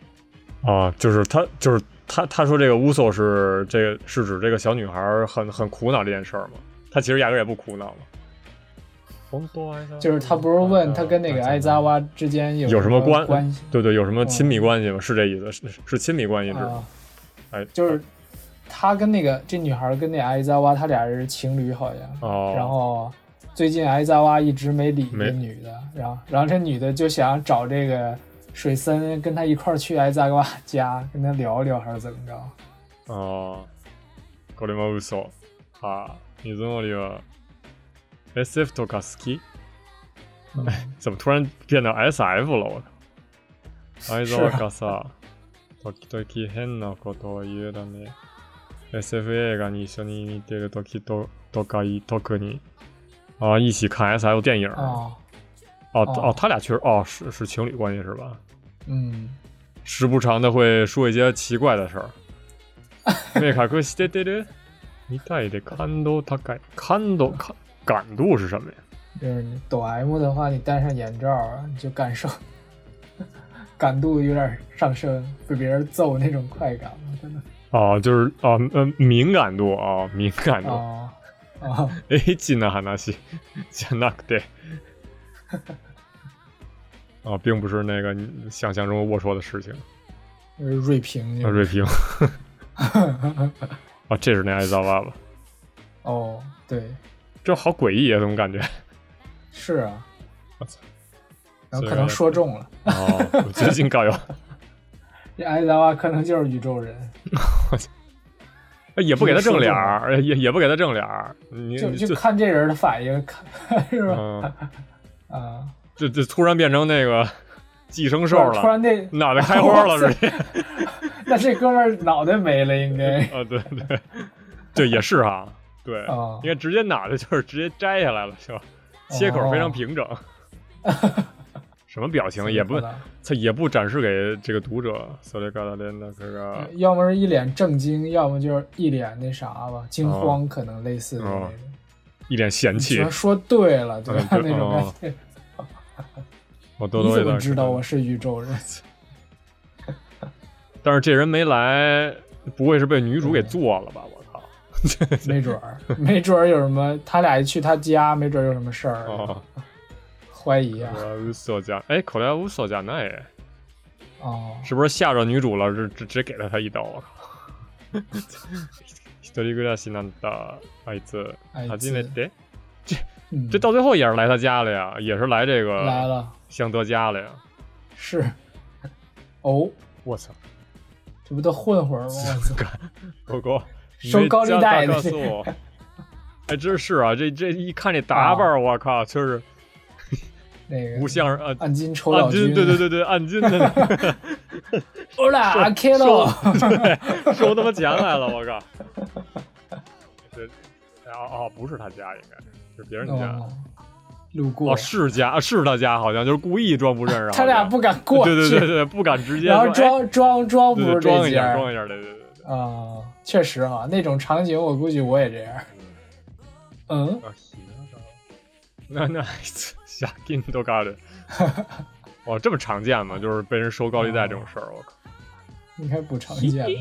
[SPEAKER 2] 啊，就是他，就是他，他说这个乌索是这个是指这个小女孩儿很很苦恼这件事儿吗？他其实压根儿也不苦恼嘛。红多啊
[SPEAKER 3] 就是他不是问他跟那个艾扎哇之间有
[SPEAKER 2] 有什么关
[SPEAKER 3] 关关系？嗯
[SPEAKER 2] 对对，有什么亲密关系吗？是这意思，是是是亲密关系是吗？
[SPEAKER 3] 啊，
[SPEAKER 2] 哎，
[SPEAKER 3] 就是他跟那个这女孩跟那艾扎哇，他俩人是情侣好像。
[SPEAKER 2] 哦，
[SPEAKER 3] 然后最近艾扎哇一直没理
[SPEAKER 2] 没
[SPEAKER 3] 这女的，然后然后这女的就想找这个水森跟他一块儿去艾扎哇家跟他聊聊还是怎么着？
[SPEAKER 2] ああ、これも嘘。ああ、水森は SF とか好き
[SPEAKER 3] 嗯
[SPEAKER 2] 怎么突然变到 SF 了？我操！愛沢がさ、時々変なことを言うだね。SF 映画に一緒に見てる時ととか特に。啊，一起看 S F 电影。哦
[SPEAKER 3] 哦，
[SPEAKER 2] 哦
[SPEAKER 3] 哦
[SPEAKER 2] 他俩确实哦是是情侣关系是吧？
[SPEAKER 3] 嗯，
[SPEAKER 2] 时不常的会说一些奇怪的事儿。那卡克西德德德，一代的感度高い。感度感感度是什么呀？
[SPEAKER 3] 就是你抖 M 的话，你戴上眼罩啊，你就感受 *laughs* 感度有点上升，被别人揍那种快感了，真的。
[SPEAKER 2] 哦，就是哦，呃，敏感度啊、哦，敏感度。
[SPEAKER 3] 哦哦，
[SPEAKER 2] *laughs* エッチな話じゃなくて。 *laughs* 啊，并不是那个你想象中龌龊的事情。
[SPEAKER 3] 就是锐评
[SPEAKER 2] 啊，
[SPEAKER 3] 就是。
[SPEAKER 2] 瑞平啊，这是那爱造爸爸，
[SPEAKER 3] 哦，对，
[SPEAKER 2] 这好诡异啊，怎么感觉？
[SPEAKER 3] 是啊
[SPEAKER 2] 我操。
[SPEAKER 3] 然后
[SPEAKER 2] 虽
[SPEAKER 3] 可
[SPEAKER 2] 然
[SPEAKER 3] 能说中了，
[SPEAKER 2] 哦，我最近搞有，
[SPEAKER 3] 这艾达瓦可能就是宇宙人，
[SPEAKER 2] 也不给他正脸儿，也也不给他正脸儿，你
[SPEAKER 3] 就
[SPEAKER 2] 你
[SPEAKER 3] 就看这人的反应，看是吧？
[SPEAKER 2] 嗯，
[SPEAKER 3] 啊，
[SPEAKER 2] 这这突然变成那个寄生兽
[SPEAKER 3] 突
[SPEAKER 2] 了，
[SPEAKER 3] 然那
[SPEAKER 2] 脑袋开花了
[SPEAKER 3] *laughs* 哇塞
[SPEAKER 2] 直接。
[SPEAKER 3] 那这哥们儿脑袋没了，应该
[SPEAKER 2] 啊，对对对，也是哈，对，
[SPEAKER 3] 啊
[SPEAKER 2] 你看直接脑袋就是直接摘下来了，就切口
[SPEAKER 3] 哦
[SPEAKER 2] 非常平
[SPEAKER 3] *laughs*
[SPEAKER 2] 整，什么表嗯情也不
[SPEAKER 3] 可能
[SPEAKER 2] 他也不展示给这个读者。索列嘎达连那个
[SPEAKER 3] 要么是一脸震惊，要么就是一脸那啥吧，惊
[SPEAKER 2] 哦
[SPEAKER 3] 慌，可能类似的那种。
[SPEAKER 2] 一脸嫌
[SPEAKER 3] 只
[SPEAKER 2] 弃
[SPEAKER 3] 能，说对了，对吧？
[SPEAKER 2] 哦嗯对
[SPEAKER 3] 那种
[SPEAKER 2] 哦
[SPEAKER 3] 感觉。
[SPEAKER 2] 我多
[SPEAKER 3] 你
[SPEAKER 2] 多
[SPEAKER 3] 怎
[SPEAKER 2] 有点
[SPEAKER 3] 么知道我是宇
[SPEAKER 2] *laughs*
[SPEAKER 3] 宙人？
[SPEAKER 2] 但是这人没来，不会是被女主给做了吧？我靠！
[SPEAKER 3] 没准儿，没准儿有什么，他俩一去他家，没准儿有什么事儿，
[SPEAKER 2] 哦，
[SPEAKER 3] 怀疑啊
[SPEAKER 2] 我。要乌索加，哎，口袋乌索加那也
[SPEAKER 3] 哦，
[SPEAKER 2] 是不是吓着女主了？直直直接给了她一刀，我靠！ *laughs* 一人暮らしなんだあいつ
[SPEAKER 3] あいつ
[SPEAKER 2] 初めて，
[SPEAKER 3] 嗯
[SPEAKER 2] 哎这到最后也是来他家了呀，也是来这
[SPEAKER 3] 来
[SPEAKER 2] 个
[SPEAKER 3] 了，
[SPEAKER 2] 香德家了呀。
[SPEAKER 3] 是。哦，
[SPEAKER 2] 我操，
[SPEAKER 3] 这不都
[SPEAKER 2] *laughs*
[SPEAKER 3] 混混儿吗？我操！
[SPEAKER 2] 狗狗
[SPEAKER 3] 收高利贷的
[SPEAKER 2] 告诉我，哎，真是啊，这这一看这打
[SPEAKER 3] 啊
[SPEAKER 2] 扮儿，我靠，就是
[SPEAKER 3] 那个
[SPEAKER 2] 不像是啊，
[SPEAKER 3] 按金酬
[SPEAKER 2] 按
[SPEAKER 3] 老
[SPEAKER 2] 金，
[SPEAKER 3] 君，
[SPEAKER 2] 对对对对，按金
[SPEAKER 3] *laughs*
[SPEAKER 2] 的，
[SPEAKER 3] 欧拉阿 K
[SPEAKER 2] 收
[SPEAKER 3] 喽，
[SPEAKER 2] *laughs* 对收他妈钱来了，我 *laughs* 靠！这，哦哦，不是他家，应该是别人家。
[SPEAKER 3] 哦，路过
[SPEAKER 2] 哦，，是家啊是他家，好像就是故意装不
[SPEAKER 3] *laughs*
[SPEAKER 2] 认识。
[SPEAKER 3] 他俩不敢
[SPEAKER 2] 好像 *laughs*
[SPEAKER 3] 过
[SPEAKER 2] 对对对
[SPEAKER 3] 去，
[SPEAKER 2] 对，不敢直接
[SPEAKER 3] *laughs* 然后
[SPEAKER 2] 说哎
[SPEAKER 3] 装装装不
[SPEAKER 2] 对对
[SPEAKER 3] 是
[SPEAKER 2] 装
[SPEAKER 3] 这
[SPEAKER 2] 一下，
[SPEAKER 3] 家
[SPEAKER 2] 装一下，对对对对。
[SPEAKER 3] 啊，确实哈，那种场景我估计我也这样。
[SPEAKER 2] *laughs*
[SPEAKER 3] 嗯，
[SPEAKER 2] あひなが啊那那 *laughs* 下金都嘎
[SPEAKER 3] *laughs*
[SPEAKER 2] 的，哇，这么常见吗？就是被人收高利贷
[SPEAKER 3] 哦
[SPEAKER 2] 这种事儿，我靠！
[SPEAKER 3] 应该不常见吧。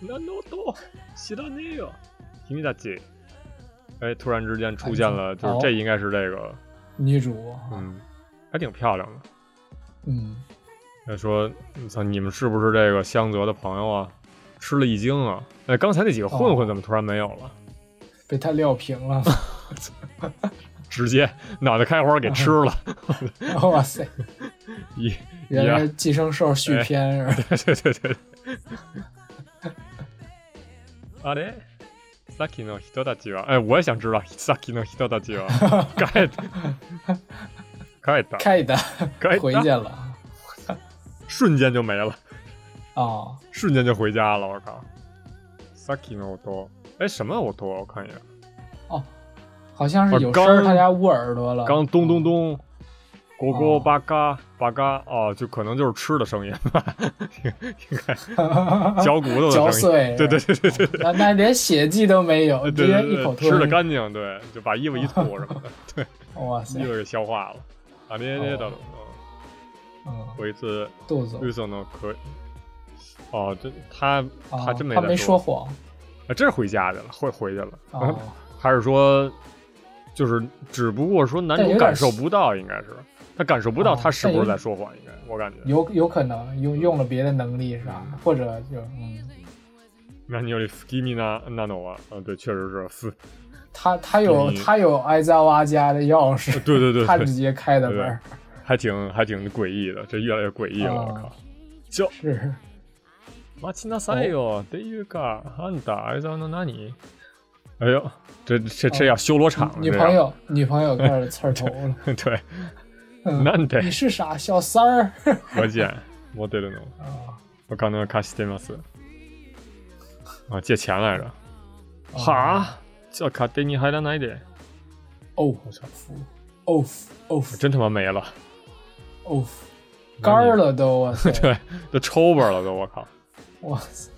[SPEAKER 2] 那诺多，知らねえよ。君たち，哎，突然之间出现了，就是
[SPEAKER 3] 哦
[SPEAKER 2] 这应该是这个，
[SPEAKER 3] 女主啊，
[SPEAKER 2] 嗯，还挺漂亮的。
[SPEAKER 3] 嗯，
[SPEAKER 2] 他说：“操，你们是不是这个香泽的朋友啊？吃了一惊啊！哎，刚才那几个混
[SPEAKER 3] 哦
[SPEAKER 2] 混怎么突然没有了？
[SPEAKER 3] 被他撂平
[SPEAKER 2] *laughs*
[SPEAKER 3] 了，
[SPEAKER 2] 直接脑袋开花给吃了！
[SPEAKER 3] 哇塞，
[SPEAKER 2] 一，
[SPEAKER 3] 哦原
[SPEAKER 2] 呀哎
[SPEAKER 3] 来《寄生兽》续篇是吧？
[SPEAKER 2] *laughs* 对对对 *laughs* 对。あれ、さっきの人たちは…哎，我也想知道さっきの人たち
[SPEAKER 3] *laughs*
[SPEAKER 2] は帰った帰った
[SPEAKER 3] 开的
[SPEAKER 2] 帰
[SPEAKER 3] 回
[SPEAKER 2] っ
[SPEAKER 3] 去
[SPEAKER 2] た，*laughs*
[SPEAKER 3] 了啊
[SPEAKER 2] 瞬间就没了，
[SPEAKER 3] 哦
[SPEAKER 2] 瞬间就回家了。我靠！さっきの音，哎，什么音？我看一眼，
[SPEAKER 3] 哦，好像是有声
[SPEAKER 2] 啊
[SPEAKER 3] 儿，
[SPEAKER 2] 刚
[SPEAKER 3] 他家捂耳朵了，嗯
[SPEAKER 2] 刚咚咚咚，咕咕
[SPEAKER 3] 啊哦
[SPEAKER 2] 巴嘎巴嘎，哦，就可能就是吃的声音吧， *laughs* 应该嚼骨头
[SPEAKER 3] 啊 *laughs* 嚼
[SPEAKER 2] 的声音。
[SPEAKER 3] 碎，啊
[SPEAKER 2] 对对对对对对
[SPEAKER 3] 那那连血迹都没有，
[SPEAKER 2] 对
[SPEAKER 3] 直接
[SPEAKER 2] 对
[SPEAKER 3] 一口
[SPEAKER 2] 对，
[SPEAKER 3] 吞
[SPEAKER 2] 吃的干净，对，就把衣服一吐什么
[SPEAKER 3] *laughs*
[SPEAKER 2] 的，对，
[SPEAKER 3] 哇塞
[SPEAKER 2] 衣，服给消化了。啊，那那
[SPEAKER 3] 哦
[SPEAKER 2] 的，
[SPEAKER 3] 嗯，
[SPEAKER 2] 我一次
[SPEAKER 3] 杜总
[SPEAKER 2] 绿色呢可以。哦，这他
[SPEAKER 3] 啊，
[SPEAKER 2] 他真没
[SPEAKER 3] 他
[SPEAKER 2] 在
[SPEAKER 3] 没
[SPEAKER 2] 说
[SPEAKER 3] 说谎
[SPEAKER 2] 啊，真是回家去了，会回去了，
[SPEAKER 3] 啊，
[SPEAKER 2] *laughs* 还是说，就是只不过说男
[SPEAKER 3] 但有
[SPEAKER 2] 主
[SPEAKER 3] 点
[SPEAKER 2] 感受不到，应该是他感受不到
[SPEAKER 3] 哦
[SPEAKER 2] 他是
[SPEAKER 3] 但
[SPEAKER 2] 不
[SPEAKER 3] 有
[SPEAKER 2] 是在说谎，应该我感觉。
[SPEAKER 3] 有有可能用用了别的能力是吧？或者就嗯，
[SPEAKER 2] 那你有这 skinny 呢？那那我啊，对，确实是 *laughs* f，
[SPEAKER 3] 他他有
[SPEAKER 2] 你
[SPEAKER 3] 他有艾扎瓦家的钥匙，
[SPEAKER 2] 对对对
[SPEAKER 3] 他
[SPEAKER 2] 对
[SPEAKER 3] 直，接开的
[SPEAKER 2] 对
[SPEAKER 3] 门儿，
[SPEAKER 2] 还挺还挺诡异的，这越来越诡异了，我靠
[SPEAKER 3] 哦！是
[SPEAKER 2] 马奇纳塞哟，得有个汉达埃扎诺纳尼，哎呦，这这这要修罗场了，
[SPEAKER 3] 女
[SPEAKER 2] 哦这
[SPEAKER 3] 哦朋
[SPEAKER 2] 要，
[SPEAKER 3] 友女朋友开始刺儿
[SPEAKER 2] *laughs*
[SPEAKER 3] 头了，
[SPEAKER 2] 对，
[SPEAKER 3] *laughs* 嗯
[SPEAKER 2] なんで
[SPEAKER 3] 你是傻小
[SPEAKER 2] *laughs*
[SPEAKER 3] 三儿
[SPEAKER 2] 我见我对了呢，
[SPEAKER 3] 啊
[SPEAKER 2] 我刚才卡西蒂马斯啊，借钱来着，
[SPEAKER 3] 啊
[SPEAKER 2] 哈，叫卡蒂尼海拉奈的，
[SPEAKER 3] 哦
[SPEAKER 2] 我操，
[SPEAKER 3] 哦哦
[SPEAKER 2] 我真他妈没了， *laughs*
[SPEAKER 3] 哦，干儿了都，哇塞
[SPEAKER 2] 对，都抽巴了都，我靠！
[SPEAKER 3] 哇塞，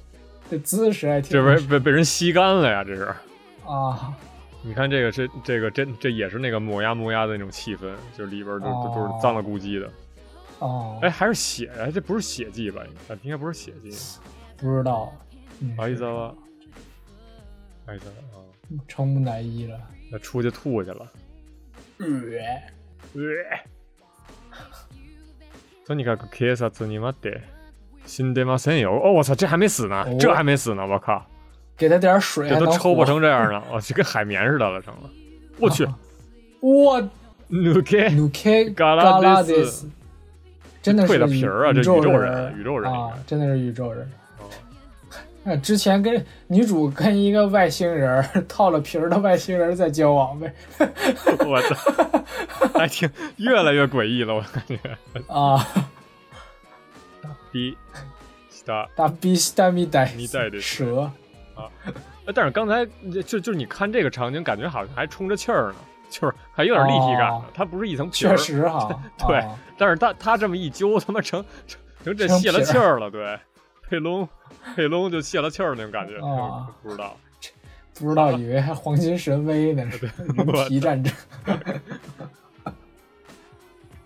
[SPEAKER 3] 这姿势还挺
[SPEAKER 2] 这不是被被人吸干了呀？这是，
[SPEAKER 3] 啊，
[SPEAKER 2] 你看这个这这个真这也是那个磨牙磨牙的那种气氛，就里边儿都都都
[SPEAKER 3] 哦
[SPEAKER 2] 是脏了咕叽的。
[SPEAKER 3] 哦，
[SPEAKER 2] 哎，还是血，哎，这不是血迹吧？啊应该不是血迹，
[SPEAKER 3] 不知道，嗯，
[SPEAKER 2] 阿伊萨瓦，阿伊萨瓦啊，
[SPEAKER 3] 成木乃伊了，
[SPEAKER 2] 那出去吐去了。
[SPEAKER 3] 呃
[SPEAKER 2] とにかく警察に待って死んでませんよ。哦，我操，这还没死呢，
[SPEAKER 3] 哦
[SPEAKER 2] 这还没死呢，我靠，
[SPEAKER 3] 给他点水
[SPEAKER 2] 这
[SPEAKER 3] 还
[SPEAKER 2] 都
[SPEAKER 3] 能
[SPEAKER 2] 抽不
[SPEAKER 3] 活啊
[SPEAKER 2] 成这样
[SPEAKER 3] *laughs*
[SPEAKER 2] 呢，我去跟海绵似的了，成了。我去，
[SPEAKER 3] 哇，
[SPEAKER 2] 努克，
[SPEAKER 3] *laughs* 努开
[SPEAKER 2] 嘎
[SPEAKER 3] 拉
[SPEAKER 2] 拉
[SPEAKER 3] 德
[SPEAKER 2] 德
[SPEAKER 3] 斯
[SPEAKER 2] 斯，
[SPEAKER 3] 真的是
[SPEAKER 2] 蜕了皮儿啊这
[SPEAKER 3] 宇宙
[SPEAKER 2] 宇宙
[SPEAKER 3] 人，
[SPEAKER 2] 人宇宙人应
[SPEAKER 3] 啊
[SPEAKER 2] 该，
[SPEAKER 3] 真的是宇宙人
[SPEAKER 2] 哦。
[SPEAKER 3] 那之前跟女主跟一个外星人儿 *laughs* 套了皮儿的外星人在交往呗，
[SPEAKER 2] 我操， *laughs* 还挺越来越诡异了，我感觉。
[SPEAKER 3] 啊，
[SPEAKER 2] 第一，其他，
[SPEAKER 3] 大逼大咪呆
[SPEAKER 2] 咪呆的
[SPEAKER 3] 蛇，
[SPEAKER 2] 呃但是刚才就就就是你看这个场景，感觉好像还充着气儿呢，就是还有点立体感呢。
[SPEAKER 3] 哦
[SPEAKER 2] 它不是一层皮儿
[SPEAKER 3] 确，实哈，
[SPEAKER 2] *laughs* 对
[SPEAKER 3] 啊
[SPEAKER 2] 但是它它这么一揪，他妈成成成这
[SPEAKER 3] 成
[SPEAKER 2] 泄了
[SPEAKER 3] 皮儿
[SPEAKER 2] 气儿了，对，佩龙佩龙就泄了气儿那种感觉，
[SPEAKER 3] 哦
[SPEAKER 2] 不知道。
[SPEAKER 3] 不知道以为还黄金神威呢，
[SPEAKER 2] *laughs*
[SPEAKER 3] 是人皮战争，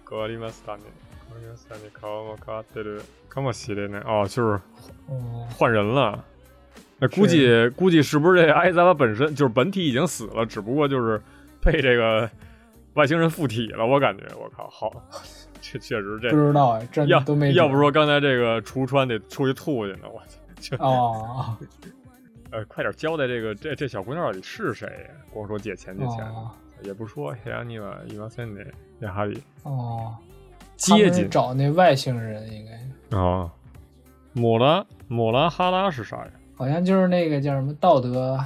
[SPEAKER 2] 変わりましたね。変わりましたね。顔も変わってるかもしれない。哦，就是
[SPEAKER 3] 嗯，
[SPEAKER 2] 换人了。那估计估计是不是这艾萨拉本身就是本体已经死了，只不过就是被这个外星人附体了。我感觉，我靠，好，这确实这
[SPEAKER 3] 不知道哎，真
[SPEAKER 2] 要
[SPEAKER 3] 的都没
[SPEAKER 2] 要不
[SPEAKER 3] 准
[SPEAKER 2] 说刚才这个橱窗得出去吐去呢，我操！就 *laughs*
[SPEAKER 3] 哦
[SPEAKER 2] 呃，快点交代这个这这小姑娘到底是谁呀？光说借钱借钱的，
[SPEAKER 3] 哦
[SPEAKER 2] 也不说。啊黑暗尼瓦伊瓦森的亚哈里
[SPEAKER 3] 哦，他
[SPEAKER 2] 接
[SPEAKER 3] 们是
[SPEAKER 2] 近
[SPEAKER 3] 找那外星人应该。
[SPEAKER 2] 啊，抹拉抹拉哈拉是啥呀？
[SPEAKER 3] 好像就是那个叫什么道德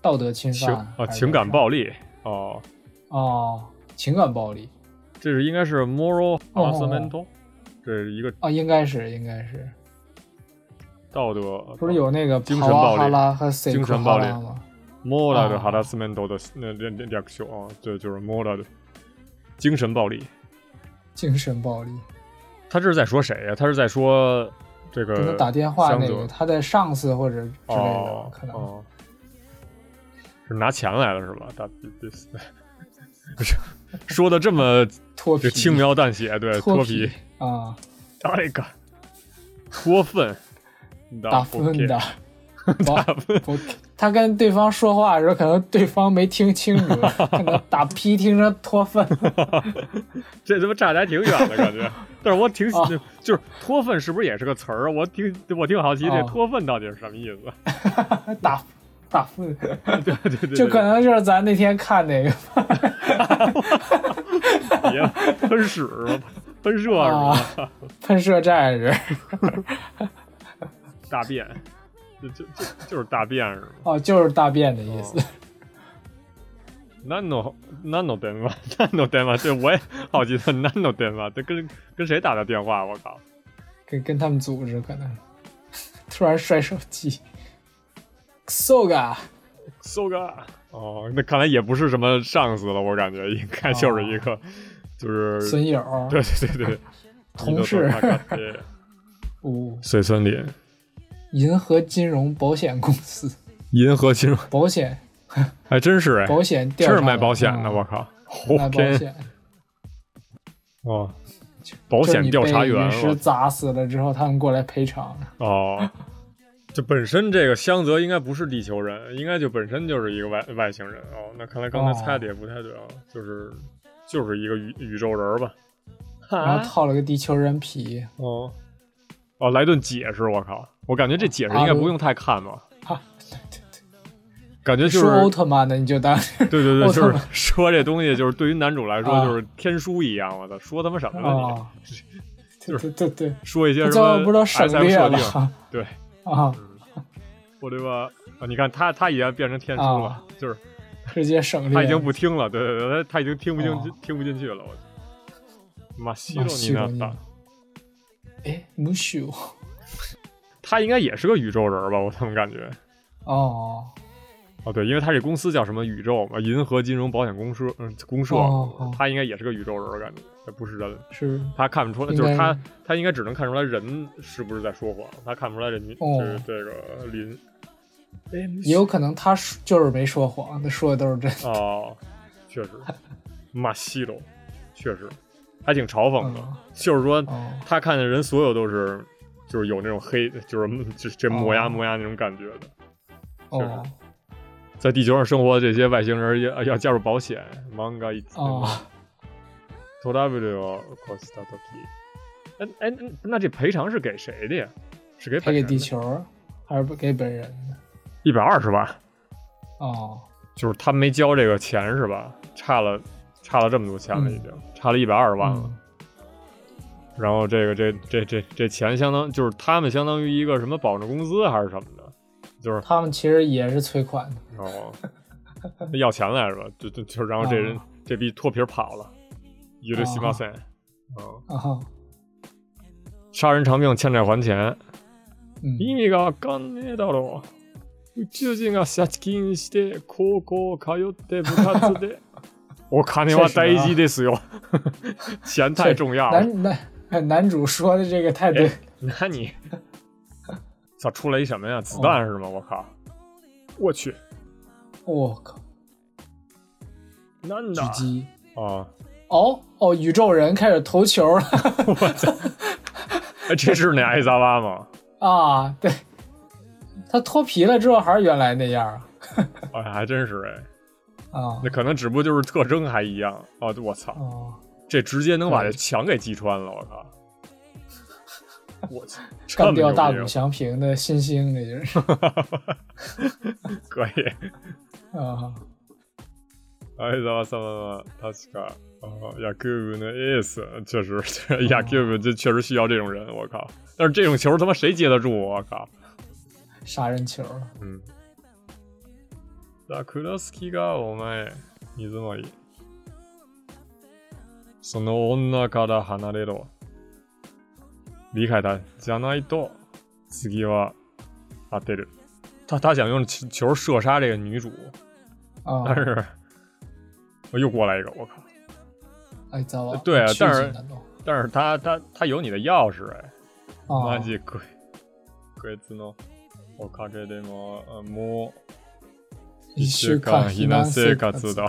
[SPEAKER 3] 道德侵
[SPEAKER 2] 情
[SPEAKER 3] 犯
[SPEAKER 2] 啊情感
[SPEAKER 3] 力
[SPEAKER 2] 暴力哦，
[SPEAKER 3] 哦，情感暴力
[SPEAKER 2] 这是应该是 moral
[SPEAKER 3] 哦
[SPEAKER 2] harassment，这是一个
[SPEAKER 3] 啊、应该是应该是，
[SPEAKER 2] 道德呃
[SPEAKER 3] 不是有那个
[SPEAKER 2] 精
[SPEAKER 3] 帕
[SPEAKER 2] 神
[SPEAKER 3] 瓦
[SPEAKER 2] 暴力
[SPEAKER 3] 哈拉和塞
[SPEAKER 2] 精
[SPEAKER 3] 克
[SPEAKER 2] 神
[SPEAKER 3] 哈
[SPEAKER 2] 暴力
[SPEAKER 3] 拉吗？
[SPEAKER 2] moral
[SPEAKER 3] 哦
[SPEAKER 2] harassment 的那那那略称啊，对，就是 moral 的精神暴力。
[SPEAKER 3] 精神暴力，
[SPEAKER 2] 他这是在说谁呀？他是在说这
[SPEAKER 3] 给他
[SPEAKER 2] 个
[SPEAKER 3] 打电话
[SPEAKER 2] 香
[SPEAKER 3] 那
[SPEAKER 2] 佐
[SPEAKER 3] 个，他的上司或者之类的，
[SPEAKER 2] 哦
[SPEAKER 3] 可能、
[SPEAKER 2] 哦，是拿钱来了是吧？大说的这 *laughs* 么
[SPEAKER 3] 脱皮
[SPEAKER 2] 就轻描淡写，对，
[SPEAKER 3] 脱
[SPEAKER 2] 脱哎
[SPEAKER 3] 皮啊，
[SPEAKER 2] 誰か脱粪，啊
[SPEAKER 3] 打分
[SPEAKER 2] *laughs*
[SPEAKER 3] 的
[SPEAKER 2] OK，。
[SPEAKER 3] 打
[SPEAKER 2] 分
[SPEAKER 3] 不，他跟对方说话的时候，可能对方没听
[SPEAKER 2] *laughs*
[SPEAKER 3] 清楚，可能打屁听成脱粪。
[SPEAKER 2] 这他妈差的还挺远的感
[SPEAKER 3] *laughs*
[SPEAKER 2] 觉。但是我挺、
[SPEAKER 3] 啊
[SPEAKER 2] 就是脱粪是不是也是个词儿？我挺我挺好奇
[SPEAKER 3] 啊
[SPEAKER 2] 这脱粪到底是什么意思？ *laughs*
[SPEAKER 3] 打打粪，
[SPEAKER 2] 对对对对，
[SPEAKER 3] 就可能就是咱那天看那个
[SPEAKER 2] 别喷屎吗？喷射是
[SPEAKER 3] 哦
[SPEAKER 2] 吧？
[SPEAKER 3] 啊喷射战士，
[SPEAKER 2] 大便，就就就就是大便是吗？
[SPEAKER 3] 哦，就是大便的意思。
[SPEAKER 2] 哦何の何の電 *laughs* 話？何の电话？这我也好奇他何の电话？这跟跟谁打的电话？啊我靠！
[SPEAKER 3] 跟跟他们组织可能突然摔手机。Soga，
[SPEAKER 2] 搜个哦，那看来也不是什么上司了，我感觉应该就是
[SPEAKER 3] 哦
[SPEAKER 2] 一个，就是
[SPEAKER 3] 损友，
[SPEAKER 2] 对对对对，
[SPEAKER 3] *laughs* 同事五
[SPEAKER 2] 水森林
[SPEAKER 3] 银河金融保险公司
[SPEAKER 2] 银河金融， *laughs*
[SPEAKER 3] 保险
[SPEAKER 2] 还真是哎，
[SPEAKER 3] 保险
[SPEAKER 2] 这
[SPEAKER 3] 调查
[SPEAKER 2] 是卖保险的，
[SPEAKER 3] 嗯
[SPEAKER 2] 我靠，
[SPEAKER 3] 卖
[SPEAKER 2] 我
[SPEAKER 3] 保
[SPEAKER 2] 天
[SPEAKER 3] 险，
[SPEAKER 2] 哦，保险调查员
[SPEAKER 3] 就是你被陨石砸死了之后，他们过来赔偿。
[SPEAKER 2] 我
[SPEAKER 3] *laughs*
[SPEAKER 2] 哦。这本身这个香泽应该不是地球人，应该就本身就是一个外外星人哦。那看来刚才猜的也不太对啊，
[SPEAKER 3] 哦
[SPEAKER 2] 就是就是一个宇宇宙人儿吧。
[SPEAKER 3] 然后套了个地球人皮，
[SPEAKER 2] 哦，哦，来顿解释，我靠，我感觉这解释应该不用太看吧，
[SPEAKER 3] 啊，对对对，
[SPEAKER 2] 感觉 *laughs* 就
[SPEAKER 3] 说奥
[SPEAKER 2] 是
[SPEAKER 3] 特曼的你就当
[SPEAKER 2] *laughs* 对对对，
[SPEAKER 3] 奥特
[SPEAKER 2] 就是
[SPEAKER 3] 曼
[SPEAKER 2] 说这东西就是对于男主来
[SPEAKER 3] 啊
[SPEAKER 2] 说就是天书一样，我操，说他妈什么呢你？ *laughs*
[SPEAKER 3] 啊，对对对对，
[SPEAKER 2] 说一些
[SPEAKER 3] 这
[SPEAKER 2] 什么
[SPEAKER 3] 不都省
[SPEAKER 2] SM
[SPEAKER 3] 略
[SPEAKER 2] 设定，嗯
[SPEAKER 3] 了
[SPEAKER 2] 对，
[SPEAKER 3] 啊？
[SPEAKER 2] 或者吧，啊，你看他他已经变成天书了
[SPEAKER 3] 啊，
[SPEAKER 2] 就是
[SPEAKER 3] 直接省略了。
[SPEAKER 2] 他已经不听了，对对对，他他已经听不进
[SPEAKER 3] 啊
[SPEAKER 2] 听不进去了，我操。马西
[SPEAKER 3] 马
[SPEAKER 2] 罗
[SPEAKER 3] 西
[SPEAKER 2] 尼
[SPEAKER 3] 罗
[SPEAKER 2] 纳
[SPEAKER 3] 尼
[SPEAKER 2] 达，
[SPEAKER 3] 哎，母秀
[SPEAKER 2] 他应该也是个宇宙人吧？我怎么感觉？
[SPEAKER 3] 哦，
[SPEAKER 2] 啊、哦，对，因为他这公司叫什么宇宙嘛，银河金融保险公社，嗯，公社，
[SPEAKER 3] 哦哦
[SPEAKER 2] 他应该也是个宇宙人儿，感觉他不是人，
[SPEAKER 3] 是
[SPEAKER 2] 他看不出来，
[SPEAKER 3] 应
[SPEAKER 2] 就
[SPEAKER 3] 该
[SPEAKER 2] 是他
[SPEAKER 3] 是
[SPEAKER 2] 他应该只能看出来人是不是在说谎，他看不出来人家
[SPEAKER 3] 哦
[SPEAKER 2] 就是这个林，
[SPEAKER 3] 也有可能他说就是没说谎，他说的都是真。
[SPEAKER 2] 哦，确实，马西罗，确实还挺嘲讽
[SPEAKER 3] 嗯
[SPEAKER 2] 的，就是说
[SPEAKER 3] 哦，
[SPEAKER 2] 他看见人所有都是就是有那种黑，就是这这磨牙
[SPEAKER 3] 哦
[SPEAKER 2] 磨牙那种感觉的。
[SPEAKER 3] 哦，
[SPEAKER 2] 在地球上生活的这些外星人要要加入保险。manga 一
[SPEAKER 3] 哦，
[SPEAKER 2] トラブルを起こした時。哎哎，那这赔偿是给谁的呀？是给
[SPEAKER 3] 赔
[SPEAKER 2] 本
[SPEAKER 3] 给
[SPEAKER 2] 人的
[SPEAKER 3] 地球，还是不给本人的？
[SPEAKER 2] 一百二十万，
[SPEAKER 3] 哦，
[SPEAKER 2] 就是他没交这个钱是吧？差了差了这么多钱了，已经、差了一百二十万了。
[SPEAKER 3] 嗯
[SPEAKER 2] 然后这个这这这这钱相当就是他们相当于一个什么保证工资还是什么的，就是
[SPEAKER 3] 他们其实也是催款
[SPEAKER 2] *laughs*
[SPEAKER 3] 的。
[SPEAKER 2] 哦，要钱来是吧？就就就然后这人、
[SPEAKER 3] 啊
[SPEAKER 2] 这逼脱皮儿跑了，一溜西马塞，嗯，
[SPEAKER 3] 啊，
[SPEAKER 2] 杀人偿命，欠债还钱。
[SPEAKER 3] 嗯，
[SPEAKER 2] 意味がわかんねえだろう。宇宙人が借金して高校通って部活 *laughs* で。我金は大事ですよ， *laughs* 钱太重要了。哎
[SPEAKER 3] 男男男主说的这个太对，
[SPEAKER 2] *laughs* 那
[SPEAKER 3] *laughs*
[SPEAKER 2] 你，操，出来一什么呀？
[SPEAKER 3] 哦
[SPEAKER 2] 子弹是吗？我靠！我去，
[SPEAKER 3] 我靠，
[SPEAKER 2] なん
[SPEAKER 3] 狙
[SPEAKER 2] だ
[SPEAKER 3] 击。
[SPEAKER 2] 啊！
[SPEAKER 3] 哦哦，宇宙人开始投球了 *laughs*
[SPEAKER 2] 我操！哎，这是那艾萨拉吗？
[SPEAKER 3] 啊！对，他脱皮了之后还是原来那样啊
[SPEAKER 2] 哎，还真是哎，
[SPEAKER 3] 啊
[SPEAKER 2] 那可能只不过就是特征还一样啊！我操！
[SPEAKER 3] 哦，
[SPEAKER 2] 这直接能把
[SPEAKER 3] 嗯
[SPEAKER 2] 这墙给击穿了，我
[SPEAKER 3] *laughs*
[SPEAKER 2] 靠！我操，
[SPEAKER 3] 干掉大
[SPEAKER 2] 这么啊
[SPEAKER 3] 谷翔平的新星，这就是
[SPEAKER 2] 牛逼可以。
[SPEAKER 3] *laughs*
[SPEAKER 2] 哎
[SPEAKER 3] 啊
[SPEAKER 2] 相沢様は確かあ野球部のエース，确实， *laughs* 野球部这确实需要这种人，我靠！但是这种球他妈谁接得住？啊我靠！
[SPEAKER 3] 杀人球
[SPEAKER 2] 嗯。ザクラスキがお前水森。その女から離れろ。离开他，じゃないと次は当てる。他他想用球球射杀这个女主， *laughs*
[SPEAKER 3] 啊！
[SPEAKER 2] 但是我又过来一个，我靠！
[SPEAKER 3] 哎，糟了，
[SPEAKER 2] 对啊
[SPEAKER 3] 去
[SPEAKER 2] 但是
[SPEAKER 3] 你的都
[SPEAKER 2] 但是他他他有你的钥匙哎，
[SPEAKER 3] 啊
[SPEAKER 2] マジこいこいつのおかげでもあもう
[SPEAKER 3] 一週間避難生活 *laughs*
[SPEAKER 2] だ。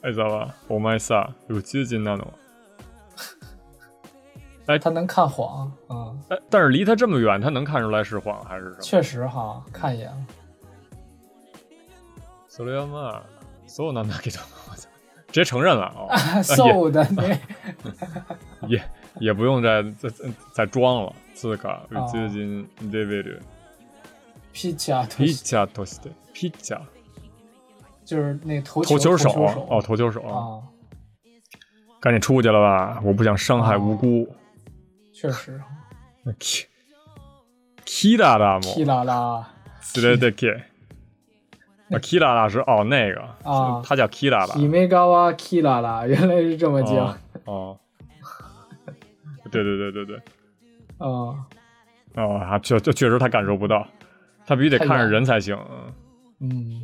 [SPEAKER 2] 艾泽吧，お前さ、宇宙人なの。
[SPEAKER 3] 他能看谎啊，
[SPEAKER 2] 哎，但是离他这么远，他能看出来是谎还是什么？
[SPEAKER 3] 确实哈，看一眼了
[SPEAKER 2] それはまあ、そうなんだけど、我操直接承认了
[SPEAKER 3] *laughs*
[SPEAKER 2] 哦，
[SPEAKER 3] ，so 的那 *laughs*
[SPEAKER 2] 也也不用再再再再装了。つうか、宇
[SPEAKER 3] 哦
[SPEAKER 2] 宙人レベル、
[SPEAKER 3] 皮卡
[SPEAKER 2] ピッチャーとして、ピッチャー、
[SPEAKER 3] 就是那投
[SPEAKER 2] 投球手
[SPEAKER 3] 手
[SPEAKER 2] 哦，投球手，
[SPEAKER 3] 啊，
[SPEAKER 2] 赶紧出去了吧，我不想伤害无辜。
[SPEAKER 3] 哦确实
[SPEAKER 2] キキララも
[SPEAKER 3] 踢啦啦
[SPEAKER 2] 之类的 K。啊，Kira 大师哦，那个
[SPEAKER 3] 啊
[SPEAKER 2] 他叫 Kira 吧？
[SPEAKER 3] 伊梅嘎哇踢啦啦，原来是这么叫
[SPEAKER 2] 哦哦，对对对对对，
[SPEAKER 3] 啊，
[SPEAKER 2] 哦，他确这确实他感受不到，他必须得
[SPEAKER 3] 太
[SPEAKER 2] 看着
[SPEAKER 3] 远
[SPEAKER 2] 人才行。嗯
[SPEAKER 3] 嗯，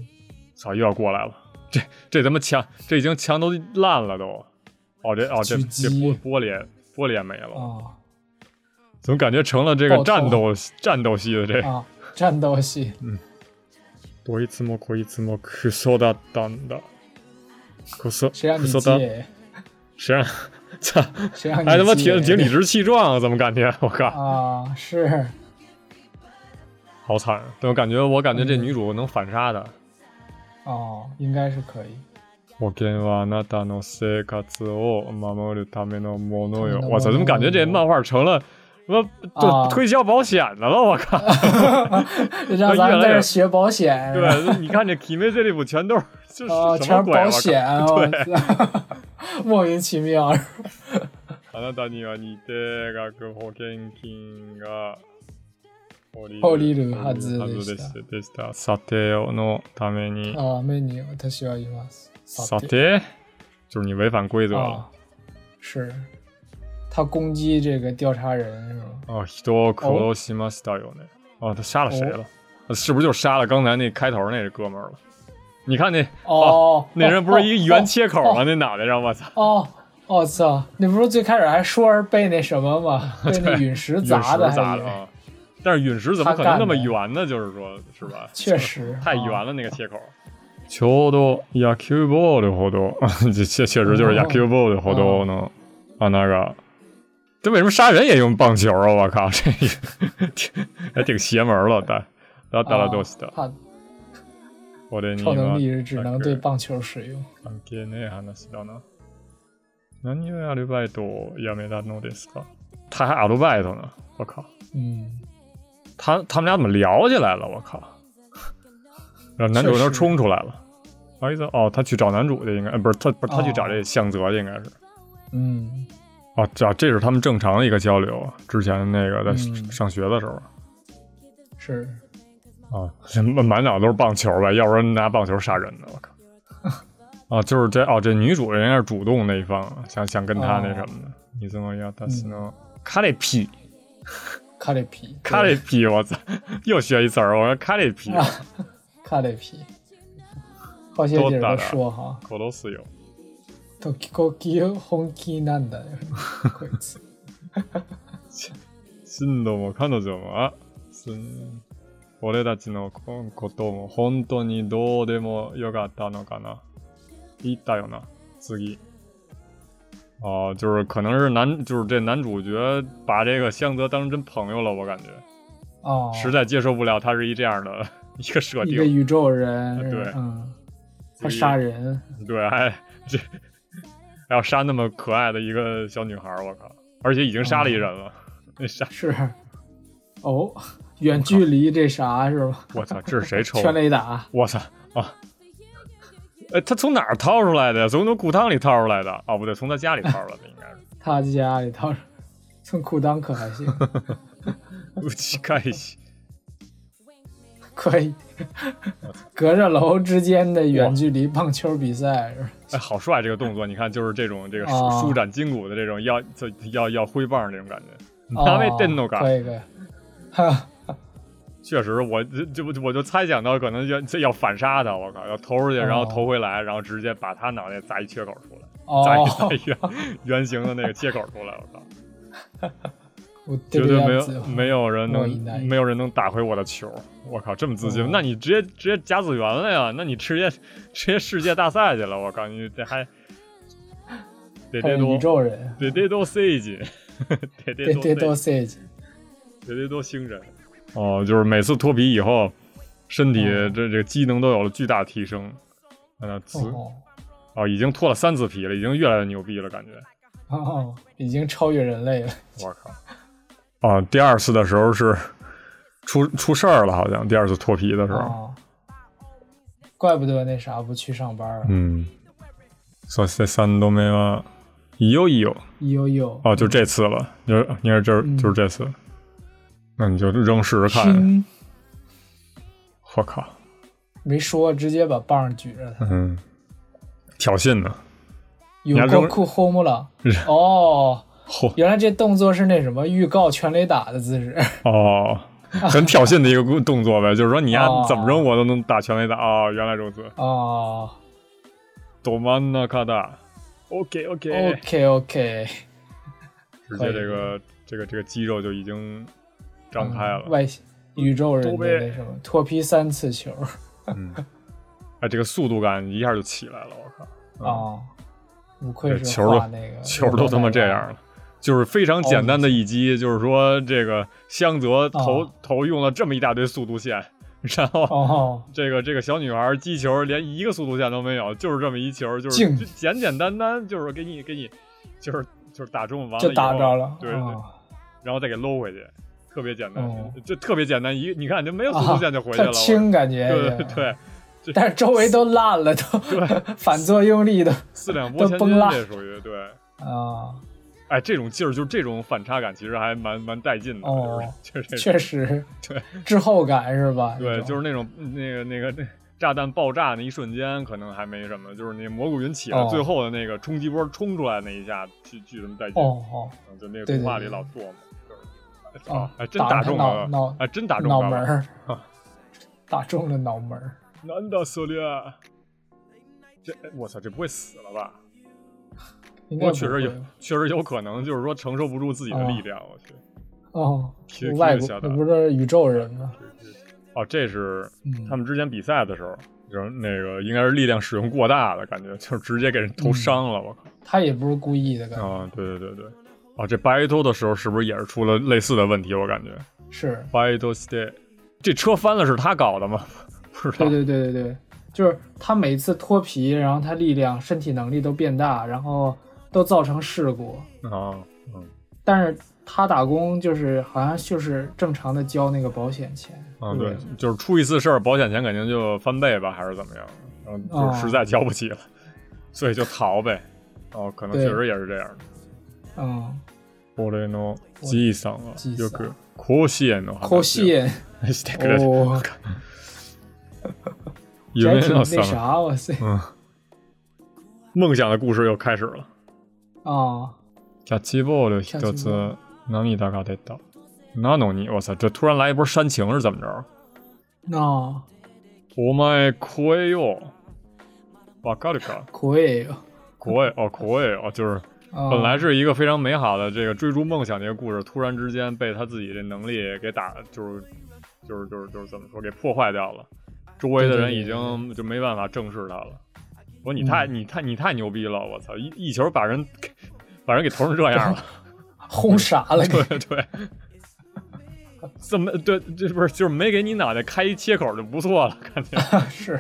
[SPEAKER 2] 操，又要过来了，这这他妈墙，这已经墙都烂了都。哦，这哦这
[SPEAKER 3] 狙
[SPEAKER 2] 这
[SPEAKER 3] 击
[SPEAKER 2] 玻玻璃玻璃也没了，
[SPEAKER 3] 啊
[SPEAKER 2] 怎么感觉成了这个
[SPEAKER 3] 爆头
[SPEAKER 2] 战斗战斗系的这个？
[SPEAKER 3] 啊，战斗系
[SPEAKER 2] どいつもこいつもクソだったんだ。クソ
[SPEAKER 3] 谁让
[SPEAKER 2] ク
[SPEAKER 3] 你
[SPEAKER 2] ソだ。
[SPEAKER 3] 接？
[SPEAKER 2] 谁让？ *laughs* 操！
[SPEAKER 3] 谁让你
[SPEAKER 2] 哎还他妈
[SPEAKER 3] 接
[SPEAKER 2] 挺挺理直气壮啊！怎么感觉？我靠，
[SPEAKER 3] 啊？是
[SPEAKER 2] 好惨！啊！怎么感觉？我感觉这
[SPEAKER 3] 嗯
[SPEAKER 2] 女主能反杀的。
[SPEAKER 3] 哦，应该是可以。
[SPEAKER 2] 保険はあなたの生活を守るためのものよ
[SPEAKER 3] ため。の
[SPEAKER 2] 我操！怎么感觉这
[SPEAKER 3] もの
[SPEAKER 2] 漫画成了什么
[SPEAKER 3] 啊
[SPEAKER 2] 就推销保险的了？我靠！
[SPEAKER 3] 让咱
[SPEAKER 2] 越
[SPEAKER 3] 们
[SPEAKER 2] 来
[SPEAKER 3] 在
[SPEAKER 2] 越
[SPEAKER 3] 这学保险，是吧
[SPEAKER 2] 对，你看这 Kimi 这里部全都是这
[SPEAKER 3] 啊，
[SPEAKER 2] 是什
[SPEAKER 3] 全
[SPEAKER 2] 么
[SPEAKER 3] 是
[SPEAKER 2] 鬼？我
[SPEAKER 3] 保
[SPEAKER 2] 靠！
[SPEAKER 3] 险，啊我操 *laughs* 莫名其妙。
[SPEAKER 2] あなたには似定額保険金が
[SPEAKER 3] 降りるはずでした
[SPEAKER 2] た。でした査定のために。
[SPEAKER 3] 啊，美女，他需要一万
[SPEAKER 2] 査定就是你违反规则了
[SPEAKER 3] 啊。，是，他攻击这个调查人是吗？
[SPEAKER 2] 哦
[SPEAKER 3] 哦
[SPEAKER 2] 啊，人を殺しましたよね。啊，他杀了谁了？是不是就杀了刚才那开头那哥们儿了？你看那
[SPEAKER 3] 哦，
[SPEAKER 2] 啊那人不是一个圆切口吗？
[SPEAKER 3] 哦
[SPEAKER 2] 那脑袋上，我操！
[SPEAKER 3] 哦，我、操！你不是最开始还说是被那什
[SPEAKER 2] *laughs*
[SPEAKER 3] 么吗？被那陨石
[SPEAKER 2] 陨
[SPEAKER 3] 哦砸
[SPEAKER 2] 石
[SPEAKER 3] 的，
[SPEAKER 2] 砸
[SPEAKER 3] 还以
[SPEAKER 2] 的
[SPEAKER 3] 为
[SPEAKER 2] 啊！但是陨石怎么
[SPEAKER 3] 他
[SPEAKER 2] 可能
[SPEAKER 3] 干
[SPEAKER 2] 那么
[SPEAKER 3] 的
[SPEAKER 2] 圆呢？就是说，是吧？
[SPEAKER 3] 确实
[SPEAKER 2] 太圆
[SPEAKER 3] 啊
[SPEAKER 2] 了那个切口。ちょうど野球ボールほど， *laughs* 这确确实就是野球ボールほど
[SPEAKER 3] 哦
[SPEAKER 2] 呢。啊，那个，这为什么杀人也用棒球啊？我靠，这也挺 *laughs* 还挺邪门了。但だったらどうした？
[SPEAKER 3] 啊
[SPEAKER 2] 我的尼
[SPEAKER 3] 超能
[SPEAKER 2] 玛
[SPEAKER 3] 力只能对
[SPEAKER 2] だけ
[SPEAKER 3] 棒球使用。
[SPEAKER 2] 関係ねえ話だな。何故アルバイトを辞めたのですか他还アルバイト呢，我靠！
[SPEAKER 3] 嗯，
[SPEAKER 2] 他他们俩怎么聊起来了？我靠！然后男主
[SPEAKER 3] 确
[SPEAKER 2] 那
[SPEAKER 3] 实
[SPEAKER 2] 冲出来了，啥意思？哦，他去找男主去，应该、呃、不是他不是他去找
[SPEAKER 3] 哦
[SPEAKER 2] 这向泽去，应该是
[SPEAKER 3] 嗯，
[SPEAKER 2] 哦，这这是他们正常的一个交流。啊之前那个在
[SPEAKER 3] 嗯
[SPEAKER 2] 上学的时候、
[SPEAKER 3] 是
[SPEAKER 2] 啊，这满满脑都是棒球呗，要不然拿棒球杀人呢，我靠！啊，就是这哦，这女主人家是主动那一方，想想跟他那什么的，你怎么要他死呢？卡里皮，
[SPEAKER 3] 卡里皮，
[SPEAKER 2] 卡里皮，我操，又学一词儿，我说卡里皮，
[SPEAKER 3] 啊，卡里皮，好些地
[SPEAKER 2] 啊
[SPEAKER 3] 儿都说哈，
[SPEAKER 2] 口头私有。
[SPEAKER 3] 都高级红気なんだよ，こいつ。
[SPEAKER 2] 真のも彼女も、あ、すん俺たちのことも本当にどうでもよかったのかな。言ったよな、次。哦、就是可能是男，就是这男主角把这个香泽当成朋友了，我感觉
[SPEAKER 3] 哦，
[SPEAKER 2] *laughs* 实在接受不了他是一这样的 *laughs* 一个设
[SPEAKER 3] 一个
[SPEAKER 2] 定，
[SPEAKER 3] 宇宙人，
[SPEAKER 2] 啊对
[SPEAKER 3] 嗯，
[SPEAKER 2] 所
[SPEAKER 3] 他
[SPEAKER 2] 以
[SPEAKER 3] 杀人，
[SPEAKER 2] 对，还这还要杀那么可爱的一个小女孩，我靠，而且已经杀了一人了，那、 *laughs* 杀
[SPEAKER 3] 是，哦，远距离这啥是吧？
[SPEAKER 2] 我操，这是
[SPEAKER 3] *laughs*
[SPEAKER 2] 谁啊抽的
[SPEAKER 3] 全？雷打，
[SPEAKER 2] 我操啊！哎，他从哪儿掏出来的呀？从那裤裆里掏出来的？哦，不对，从他家里掏出来的，应该是。 *laughs*
[SPEAKER 3] 他家里头从裤裆可还行，
[SPEAKER 2] 我去看一下，
[SPEAKER 3] 可以， *laughs* 隔着楼之间的远距离棒球比赛是吧？
[SPEAKER 2] 哎，好帅这个动作！你看，就是这种这个舒
[SPEAKER 3] 哦
[SPEAKER 2] 舒展筋骨的这种要这要要挥棒这种感觉。那
[SPEAKER 3] 哦
[SPEAKER 2] 位电动感，
[SPEAKER 3] 可以可以，哈，
[SPEAKER 2] 确实，我这这我就猜想到可能要这要反杀他，我靠，要投出去，然后
[SPEAKER 3] 哦
[SPEAKER 2] 投回来，然后直接把他脑袋砸一缺口出来，砸一砸，
[SPEAKER 3] 哦
[SPEAKER 2] 一 *laughs* 圆圆形的那个切口出来，我靠，
[SPEAKER 3] 我这
[SPEAKER 2] 绝
[SPEAKER 3] 个
[SPEAKER 2] 对没
[SPEAKER 3] 样
[SPEAKER 2] 有
[SPEAKER 3] 子，哦
[SPEAKER 2] 没有人
[SPEAKER 3] 莫以奈
[SPEAKER 2] 能
[SPEAKER 3] 何
[SPEAKER 2] 没有人能打回我的球。我靠，这么自信，
[SPEAKER 3] 哦
[SPEAKER 2] 那你直接直接甲子园了呀？那你直接直接世界大赛去了？我靠，你这还得
[SPEAKER 3] 他
[SPEAKER 2] 得
[SPEAKER 3] 是宇
[SPEAKER 2] 多
[SPEAKER 3] 宙人，
[SPEAKER 2] 得得多 C 级，得得
[SPEAKER 3] 对
[SPEAKER 2] 多
[SPEAKER 3] 对都
[SPEAKER 2] C-
[SPEAKER 3] C 级，
[SPEAKER 2] 得得多星人。哦，就是每次脱皮以后，身体
[SPEAKER 3] 哦
[SPEAKER 2] 这这个机能都有了巨大提升。啊，词
[SPEAKER 3] 哦
[SPEAKER 2] 哦，已经脱了三次皮了，已经越来越牛逼了，感觉。嗯
[SPEAKER 3] 哦，已经超越人类了，
[SPEAKER 2] 我靠！啊，第二次的时候是出出事儿了，好像第二次脱皮的时候，
[SPEAKER 3] 哦，怪不得那啥不去上班儿，
[SPEAKER 2] 嗯。そして三度目はいよいよ
[SPEAKER 3] 悠悠
[SPEAKER 2] 哦，就这次了，就是你看这
[SPEAKER 3] 嗯
[SPEAKER 2] 就是这次，那你就扔试试看。
[SPEAKER 3] 听
[SPEAKER 2] 我靠，
[SPEAKER 3] 没说，直接把棒儿举着他。
[SPEAKER 2] 嗯，挑衅呢，
[SPEAKER 3] 有
[SPEAKER 2] 还
[SPEAKER 3] 够
[SPEAKER 2] 扔
[SPEAKER 3] 酷轰了
[SPEAKER 2] 是
[SPEAKER 3] 哦！
[SPEAKER 2] 嚯、
[SPEAKER 3] 原来这动作是那什么预告全垒打的姿势， *laughs*
[SPEAKER 2] 哦，很挑衅的一个动作呗，就是说你丫
[SPEAKER 3] 哦
[SPEAKER 2] 怎么扔我都能打全垒打哦，原来如此。
[SPEAKER 3] 哦
[SPEAKER 2] 多曼纳卡达，OK OK，
[SPEAKER 3] ，OK OK，
[SPEAKER 2] 直接这个这个这个肌肉就已经张开了。
[SPEAKER 3] 嗯外星宇宙人
[SPEAKER 2] 多
[SPEAKER 3] 的
[SPEAKER 2] 呗
[SPEAKER 3] 那什么脱皮三次球
[SPEAKER 2] 嗯，哎，这个速度感一下就起来了，我靠，
[SPEAKER 3] 啊，无
[SPEAKER 2] 这
[SPEAKER 3] 愧是
[SPEAKER 2] 嗯球都
[SPEAKER 3] 画那
[SPEAKER 2] *laughs*
[SPEAKER 3] 个
[SPEAKER 2] 球都他妈这样了。就是非常简单的一击，就是说这个香泽投、
[SPEAKER 3] 哦
[SPEAKER 2] 投用了这么一大堆速度线，然后
[SPEAKER 3] 哦，
[SPEAKER 2] 这个这个小女孩击球连一个速度线都没有，就是这么一球，就是
[SPEAKER 3] 静
[SPEAKER 2] 就简简单单，就是给你给你，就是就是打中完了
[SPEAKER 3] 就
[SPEAKER 2] 以
[SPEAKER 3] 打
[SPEAKER 2] 后
[SPEAKER 3] 着了，
[SPEAKER 2] 对对，
[SPEAKER 3] 哦
[SPEAKER 2] 然后再给搂回去，特别简单，
[SPEAKER 3] 哦
[SPEAKER 2] 就特别简单，一你看就没有速
[SPEAKER 3] 啊
[SPEAKER 2] 度线就回去了，
[SPEAKER 3] 特 *laughs* 轻哎感觉，
[SPEAKER 2] 对对对。
[SPEAKER 3] *laughs* 但是周围都烂了，都 *laughs* 反作用力的
[SPEAKER 2] 四两拨千
[SPEAKER 3] 都
[SPEAKER 2] 斤
[SPEAKER 3] 崩，了
[SPEAKER 2] 这属于对。
[SPEAKER 3] 啊，
[SPEAKER 2] 哎，这种劲儿，就是这种反差感，其实还蛮蛮带劲的，
[SPEAKER 3] 哦
[SPEAKER 2] *laughs* 就是就是这
[SPEAKER 3] 确实
[SPEAKER 2] 对
[SPEAKER 3] 滞后感是吧？
[SPEAKER 2] 对，就是是那种那个那个那炸弹爆炸那一瞬间，可能还没什么，就是那蘑菇云起来、
[SPEAKER 3] 哦
[SPEAKER 2] 最后的那个冲击波冲出来那一下，巨巨他妈带劲、
[SPEAKER 3] 哦哦，
[SPEAKER 2] 嗯就那个
[SPEAKER 3] 对
[SPEAKER 2] 动画里
[SPEAKER 3] 对对
[SPEAKER 2] 老做嘛，就是
[SPEAKER 3] 哦
[SPEAKER 2] 哎，真打中
[SPEAKER 3] 脑
[SPEAKER 2] 了，
[SPEAKER 3] 脑
[SPEAKER 2] 哎，真打中
[SPEAKER 3] 脑
[SPEAKER 2] 他
[SPEAKER 3] 门 *laughs*
[SPEAKER 2] 了，
[SPEAKER 3] 儿，打中了脑门儿。
[SPEAKER 2] 难道苏利亚？这哎我操，这不会死了吧？
[SPEAKER 3] 应
[SPEAKER 2] 不过
[SPEAKER 3] 该不
[SPEAKER 2] 确实有
[SPEAKER 3] 会吧，
[SPEAKER 2] 确实有可能，就是说承受不住自己的力量。我去，
[SPEAKER 3] 哦
[SPEAKER 2] 踢，
[SPEAKER 3] 外
[SPEAKER 2] 踢了
[SPEAKER 3] 国
[SPEAKER 2] 一下
[SPEAKER 3] 那
[SPEAKER 2] 打
[SPEAKER 3] 不是宇宙人吗？
[SPEAKER 2] 哦，这是
[SPEAKER 3] 嗯
[SPEAKER 2] 他们之前比赛的时候，就是那个应该是力量使用过大了，感觉就是直接给
[SPEAKER 3] 嗯
[SPEAKER 2] 人头伤了。我靠！
[SPEAKER 3] 他也不是故意的，感觉
[SPEAKER 2] 啊，对对对对，哦，这 battle 的时候是不是也是出了类似的问题？我感觉
[SPEAKER 3] 是，
[SPEAKER 2] battle stay 这车翻了是他搞的吗？ *laughs* 不知道
[SPEAKER 3] 对。对对对对，就是他每次脱皮，然后他力量、身体能力都变大，然后都造成事故。
[SPEAKER 2] 啊，
[SPEAKER 3] 但是他打工就是好像就是正常的交那个保险钱，
[SPEAKER 2] 嗯，
[SPEAKER 3] 对
[SPEAKER 2] 对
[SPEAKER 3] 不对，
[SPEAKER 2] 就是出一次事儿，保险钱肯定就翻倍吧，还是怎么样？然
[SPEAKER 3] 啊
[SPEAKER 2] 后就是实在交不起了，所以就逃呗。哦，可能
[SPEAKER 3] 对
[SPEAKER 2] 确实也是这样的。
[SPEAKER 3] 嗯，
[SPEAKER 2] これのじいさんは
[SPEAKER 3] じいさ
[SPEAKER 2] よ
[SPEAKER 3] ん
[SPEAKER 2] く甲子園の話
[SPEAKER 3] 扣
[SPEAKER 2] を
[SPEAKER 3] 戏
[SPEAKER 2] *laughs* してくれる。
[SPEAKER 3] 哦， *laughs* 这
[SPEAKER 2] 夢
[SPEAKER 3] 还挺
[SPEAKER 2] の
[SPEAKER 3] 那
[SPEAKER 2] さま
[SPEAKER 3] 啥，哇塞
[SPEAKER 2] 嗯，梦想的故事又开始了。
[SPEAKER 3] 啊，
[SPEAKER 2] キャッチボール一
[SPEAKER 3] キャッチボー
[SPEAKER 2] つ涙が出た。なのに，我操，这突然来一波煽情是怎么
[SPEAKER 3] 嗯
[SPEAKER 2] 着？
[SPEAKER 3] 那
[SPEAKER 2] お前怖えよ。わかるか？
[SPEAKER 3] 可以啊，
[SPEAKER 2] 怖え哦，怖え哦，就是本来是一个非常美好的这个追逐梦想的一个故事，突然之间被他自己的能力给打，就是就是就是就是怎么说，给破坏掉了。周围的
[SPEAKER 3] 对对
[SPEAKER 2] 人
[SPEAKER 3] 对
[SPEAKER 2] 已经就没办法正视他了。我说你太、你太你太牛逼了！我操，一一球把人 *laughs* 把人给投成这样了。 *laughs*
[SPEAKER 3] 轰傻了，
[SPEAKER 2] 对对，怎么对这不是就是没给你脑袋开一切口就不错了，感觉。
[SPEAKER 3] 是，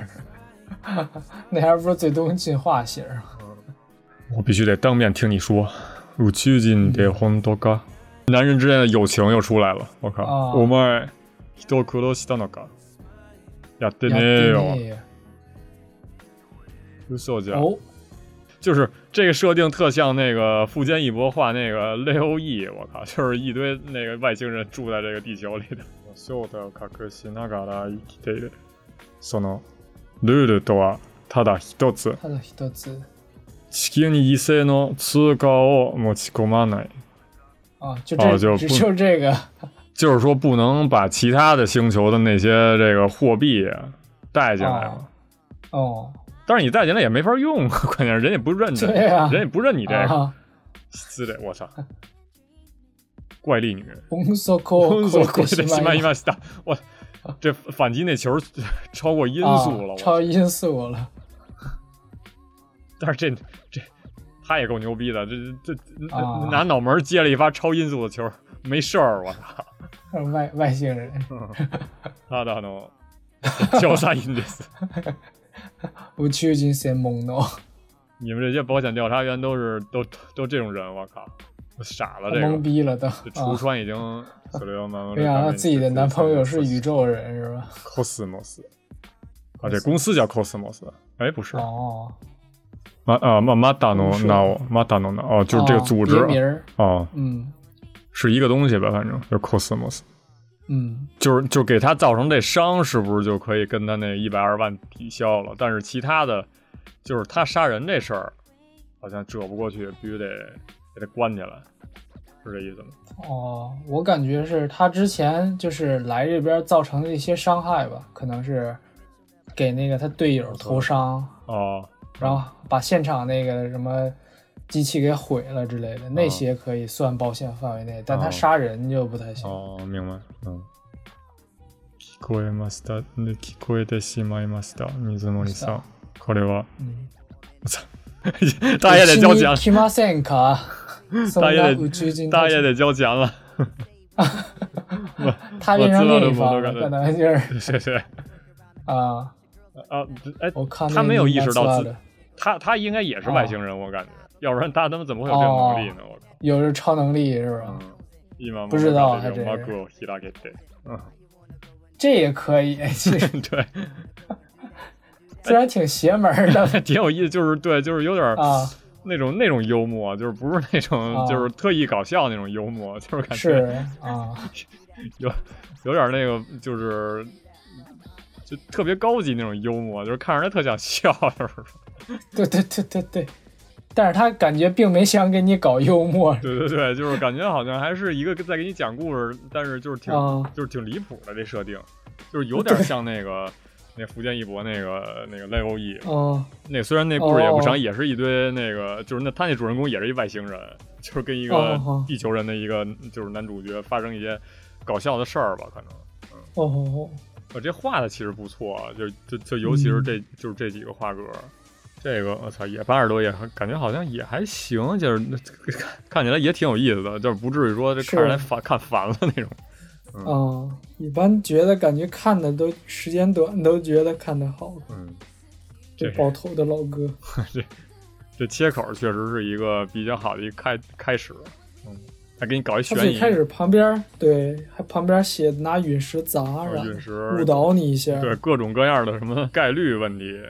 [SPEAKER 3] *laughs* 那还不是最东进化型儿吗
[SPEAKER 2] 我必须得当面听你说。宇宙人で本当か？男人之间的友情又出来了。我靠！
[SPEAKER 3] 啊
[SPEAKER 2] お前人を殺したのか？やって
[SPEAKER 3] 呀
[SPEAKER 2] ねえよ。
[SPEAKER 3] 对
[SPEAKER 2] 嘘じゃ。
[SPEAKER 3] 哦，
[SPEAKER 2] 就是这个设定特像那个富坚义博画那个 Leo E。我靠，就是一堆那个外星人住在这个地球里的。正体を隠しながら生きている。そのルールとはただ一つ。
[SPEAKER 3] 他的一字
[SPEAKER 2] 地球に異性の通貨を持ち込まない。
[SPEAKER 3] 啊，就
[SPEAKER 2] 哦
[SPEAKER 3] 这，
[SPEAKER 2] 就
[SPEAKER 3] 只
[SPEAKER 2] 不
[SPEAKER 3] 就这个，
[SPEAKER 2] 就是说不能把其他的星球的那些这个货币带进来
[SPEAKER 3] 啊
[SPEAKER 2] 嘛。
[SPEAKER 3] 哦，
[SPEAKER 2] 但是你带进来也没法用，啊， *laughs* 关键是人也不认这，
[SPEAKER 3] 对啊
[SPEAKER 2] 人也不认你这个，
[SPEAKER 3] 啊，
[SPEAKER 2] 是的，我操，怪力
[SPEAKER 3] *laughs*
[SPEAKER 2] 女，
[SPEAKER 3] 红色扣，
[SPEAKER 2] *laughs* 所过去的西
[SPEAKER 3] 西
[SPEAKER 2] 曼
[SPEAKER 3] 班
[SPEAKER 2] 伊曼西达，我这反击那球 *laughs* 超过音速了，
[SPEAKER 3] 啊、
[SPEAKER 2] 我
[SPEAKER 3] 超
[SPEAKER 2] 操！
[SPEAKER 3] 音速了，
[SPEAKER 2] 但是这这他也够牛逼的，这这这
[SPEAKER 3] 啊
[SPEAKER 2] 拿脑门接了一发超音速的球，没事儿，我操！
[SPEAKER 3] 呃外外星人，
[SPEAKER 2] 嗯他的
[SPEAKER 3] *laughs*
[SPEAKER 2] 呢，乔萨因です。
[SPEAKER 3] 我去进先懵懂，
[SPEAKER 2] 啊你们这些保险调查员都是都都这种人，我靠，我傻了这
[SPEAKER 3] 懵
[SPEAKER 2] 个。
[SPEAKER 3] 逼了都
[SPEAKER 2] 这橱
[SPEAKER 3] 啊！
[SPEAKER 2] 窗已经死了吗？
[SPEAKER 3] 没想到自己的男朋友是宇宙人是吧？
[SPEAKER 2] Cosmos，啊，这公司叫 Cosmos，哎，不是，
[SPEAKER 3] 哦，
[SPEAKER 2] 马啊马马达诺
[SPEAKER 3] 不是
[SPEAKER 2] 纳奥马达诺纳哦，就是这个组织
[SPEAKER 3] 别名儿，
[SPEAKER 2] 哦，
[SPEAKER 3] 嗯
[SPEAKER 2] 是一个东西吧，反正就是 Cosmos，
[SPEAKER 3] 嗯，
[SPEAKER 2] 就是就给他造成这伤，是不是就可以跟他那一百二万抵消了？但是其他的，就是他杀人这事儿，好像遮不过去，必须得给他关起来，是这意思吗？
[SPEAKER 3] 哦，我感觉是他之前就是来这边造成的一些伤害吧，可能是给那个他队友投伤，
[SPEAKER 2] 哦，
[SPEAKER 3] 然后把现场那个什么机器给毁了之类的，
[SPEAKER 2] 嗯
[SPEAKER 3] 那些可以算保险范围内，但他
[SPEAKER 2] 哦
[SPEAKER 3] 杀人就不太行。
[SPEAKER 2] 哦，明白。嗯。聞こえました。で聞こえてしまいました。水森さん。これは。
[SPEAKER 3] 嗯，
[SPEAKER 2] *laughs* 大爷得交
[SPEAKER 3] *laughs*
[SPEAKER 2] 钱了，
[SPEAKER 3] 提马森卡，
[SPEAKER 2] *laughs* 大爷
[SPEAKER 3] 送到五区
[SPEAKER 2] 得
[SPEAKER 3] 金
[SPEAKER 2] 大爷得交钱了。
[SPEAKER 3] 他变成
[SPEAKER 2] 我知道
[SPEAKER 3] 另
[SPEAKER 2] 这
[SPEAKER 3] 一方
[SPEAKER 2] 我都感觉
[SPEAKER 3] 可能就
[SPEAKER 2] *laughs*
[SPEAKER 3] 是
[SPEAKER 2] 谢谢。
[SPEAKER 3] 啊，
[SPEAKER 2] *laughs* 啊，哎，
[SPEAKER 3] 我看
[SPEAKER 2] 他没有意识到自
[SPEAKER 3] 的，
[SPEAKER 2] 他他应该也是外星人，我感觉，要不然他他妈怎么会有这种能力呢？我靠！
[SPEAKER 3] 有这超能力是吧？
[SPEAKER 2] 嗯，一毛
[SPEAKER 3] 不知道还真
[SPEAKER 2] 马
[SPEAKER 3] 是
[SPEAKER 2] 古希拉给对，嗯，
[SPEAKER 3] 这也可以， *laughs*
[SPEAKER 2] *laughs*
[SPEAKER 3] 其实
[SPEAKER 2] 对，
[SPEAKER 3] 虽然挺邪
[SPEAKER 2] *laughs*
[SPEAKER 3] 门儿的
[SPEAKER 2] 挺有意思，就是对，就是有点儿
[SPEAKER 3] 啊，
[SPEAKER 2] 那种那种幽默，就是不是那种
[SPEAKER 3] 啊
[SPEAKER 2] 就是特意搞笑那种幽默，就是感觉
[SPEAKER 3] 是啊， *laughs*
[SPEAKER 2] 有有点那个，就是就特别高级那种幽默，就是看着他特想笑，就是
[SPEAKER 3] 对对对对对，但是他感觉并没想给你搞幽默
[SPEAKER 2] 对对对，就是感觉好像还是一个在给你讲故事，但是就是挺、
[SPEAKER 3] 啊
[SPEAKER 2] 就是挺离谱的这设定，就是有点像那个那福建一博那个那个 Level E，
[SPEAKER 3] 嗯，
[SPEAKER 2] 那虽然那故事也不长，
[SPEAKER 3] 哦
[SPEAKER 2] 也是一堆那个，就是那他那主人公也是一外星人，就是跟一个
[SPEAKER 3] 哦哦哦
[SPEAKER 2] 地球人的一个就是男主角发生一些搞笑的事儿吧，可能。
[SPEAKER 3] 哦哦，
[SPEAKER 2] 我这画的其实不错，啊就就就尤其是这、
[SPEAKER 3] 嗯
[SPEAKER 2] 就是这几个画格，这个我操也八十多页，还感觉好像也还行，就是那看起来也挺有意思的，就是不至于说这
[SPEAKER 3] 是
[SPEAKER 2] 看着来烦看烦了那种。
[SPEAKER 3] 哦嗯，一般觉得感觉看的都时间短，都觉得看的好，
[SPEAKER 2] 嗯，
[SPEAKER 3] 这
[SPEAKER 2] 是
[SPEAKER 3] 爆头的老哥，
[SPEAKER 2] 这切口确实是一个比较好的一开开始，嗯，还给你搞一
[SPEAKER 3] 他
[SPEAKER 2] 悬
[SPEAKER 3] 最
[SPEAKER 2] 疑，
[SPEAKER 3] 开始旁边儿对，还旁边儿写拿陨石砸，
[SPEAKER 2] 然
[SPEAKER 3] 然
[SPEAKER 2] 后
[SPEAKER 3] 后
[SPEAKER 2] 哦陨石
[SPEAKER 3] 误导你一下，
[SPEAKER 2] 对各种各样的什
[SPEAKER 3] *laughs*
[SPEAKER 2] 么概率问题，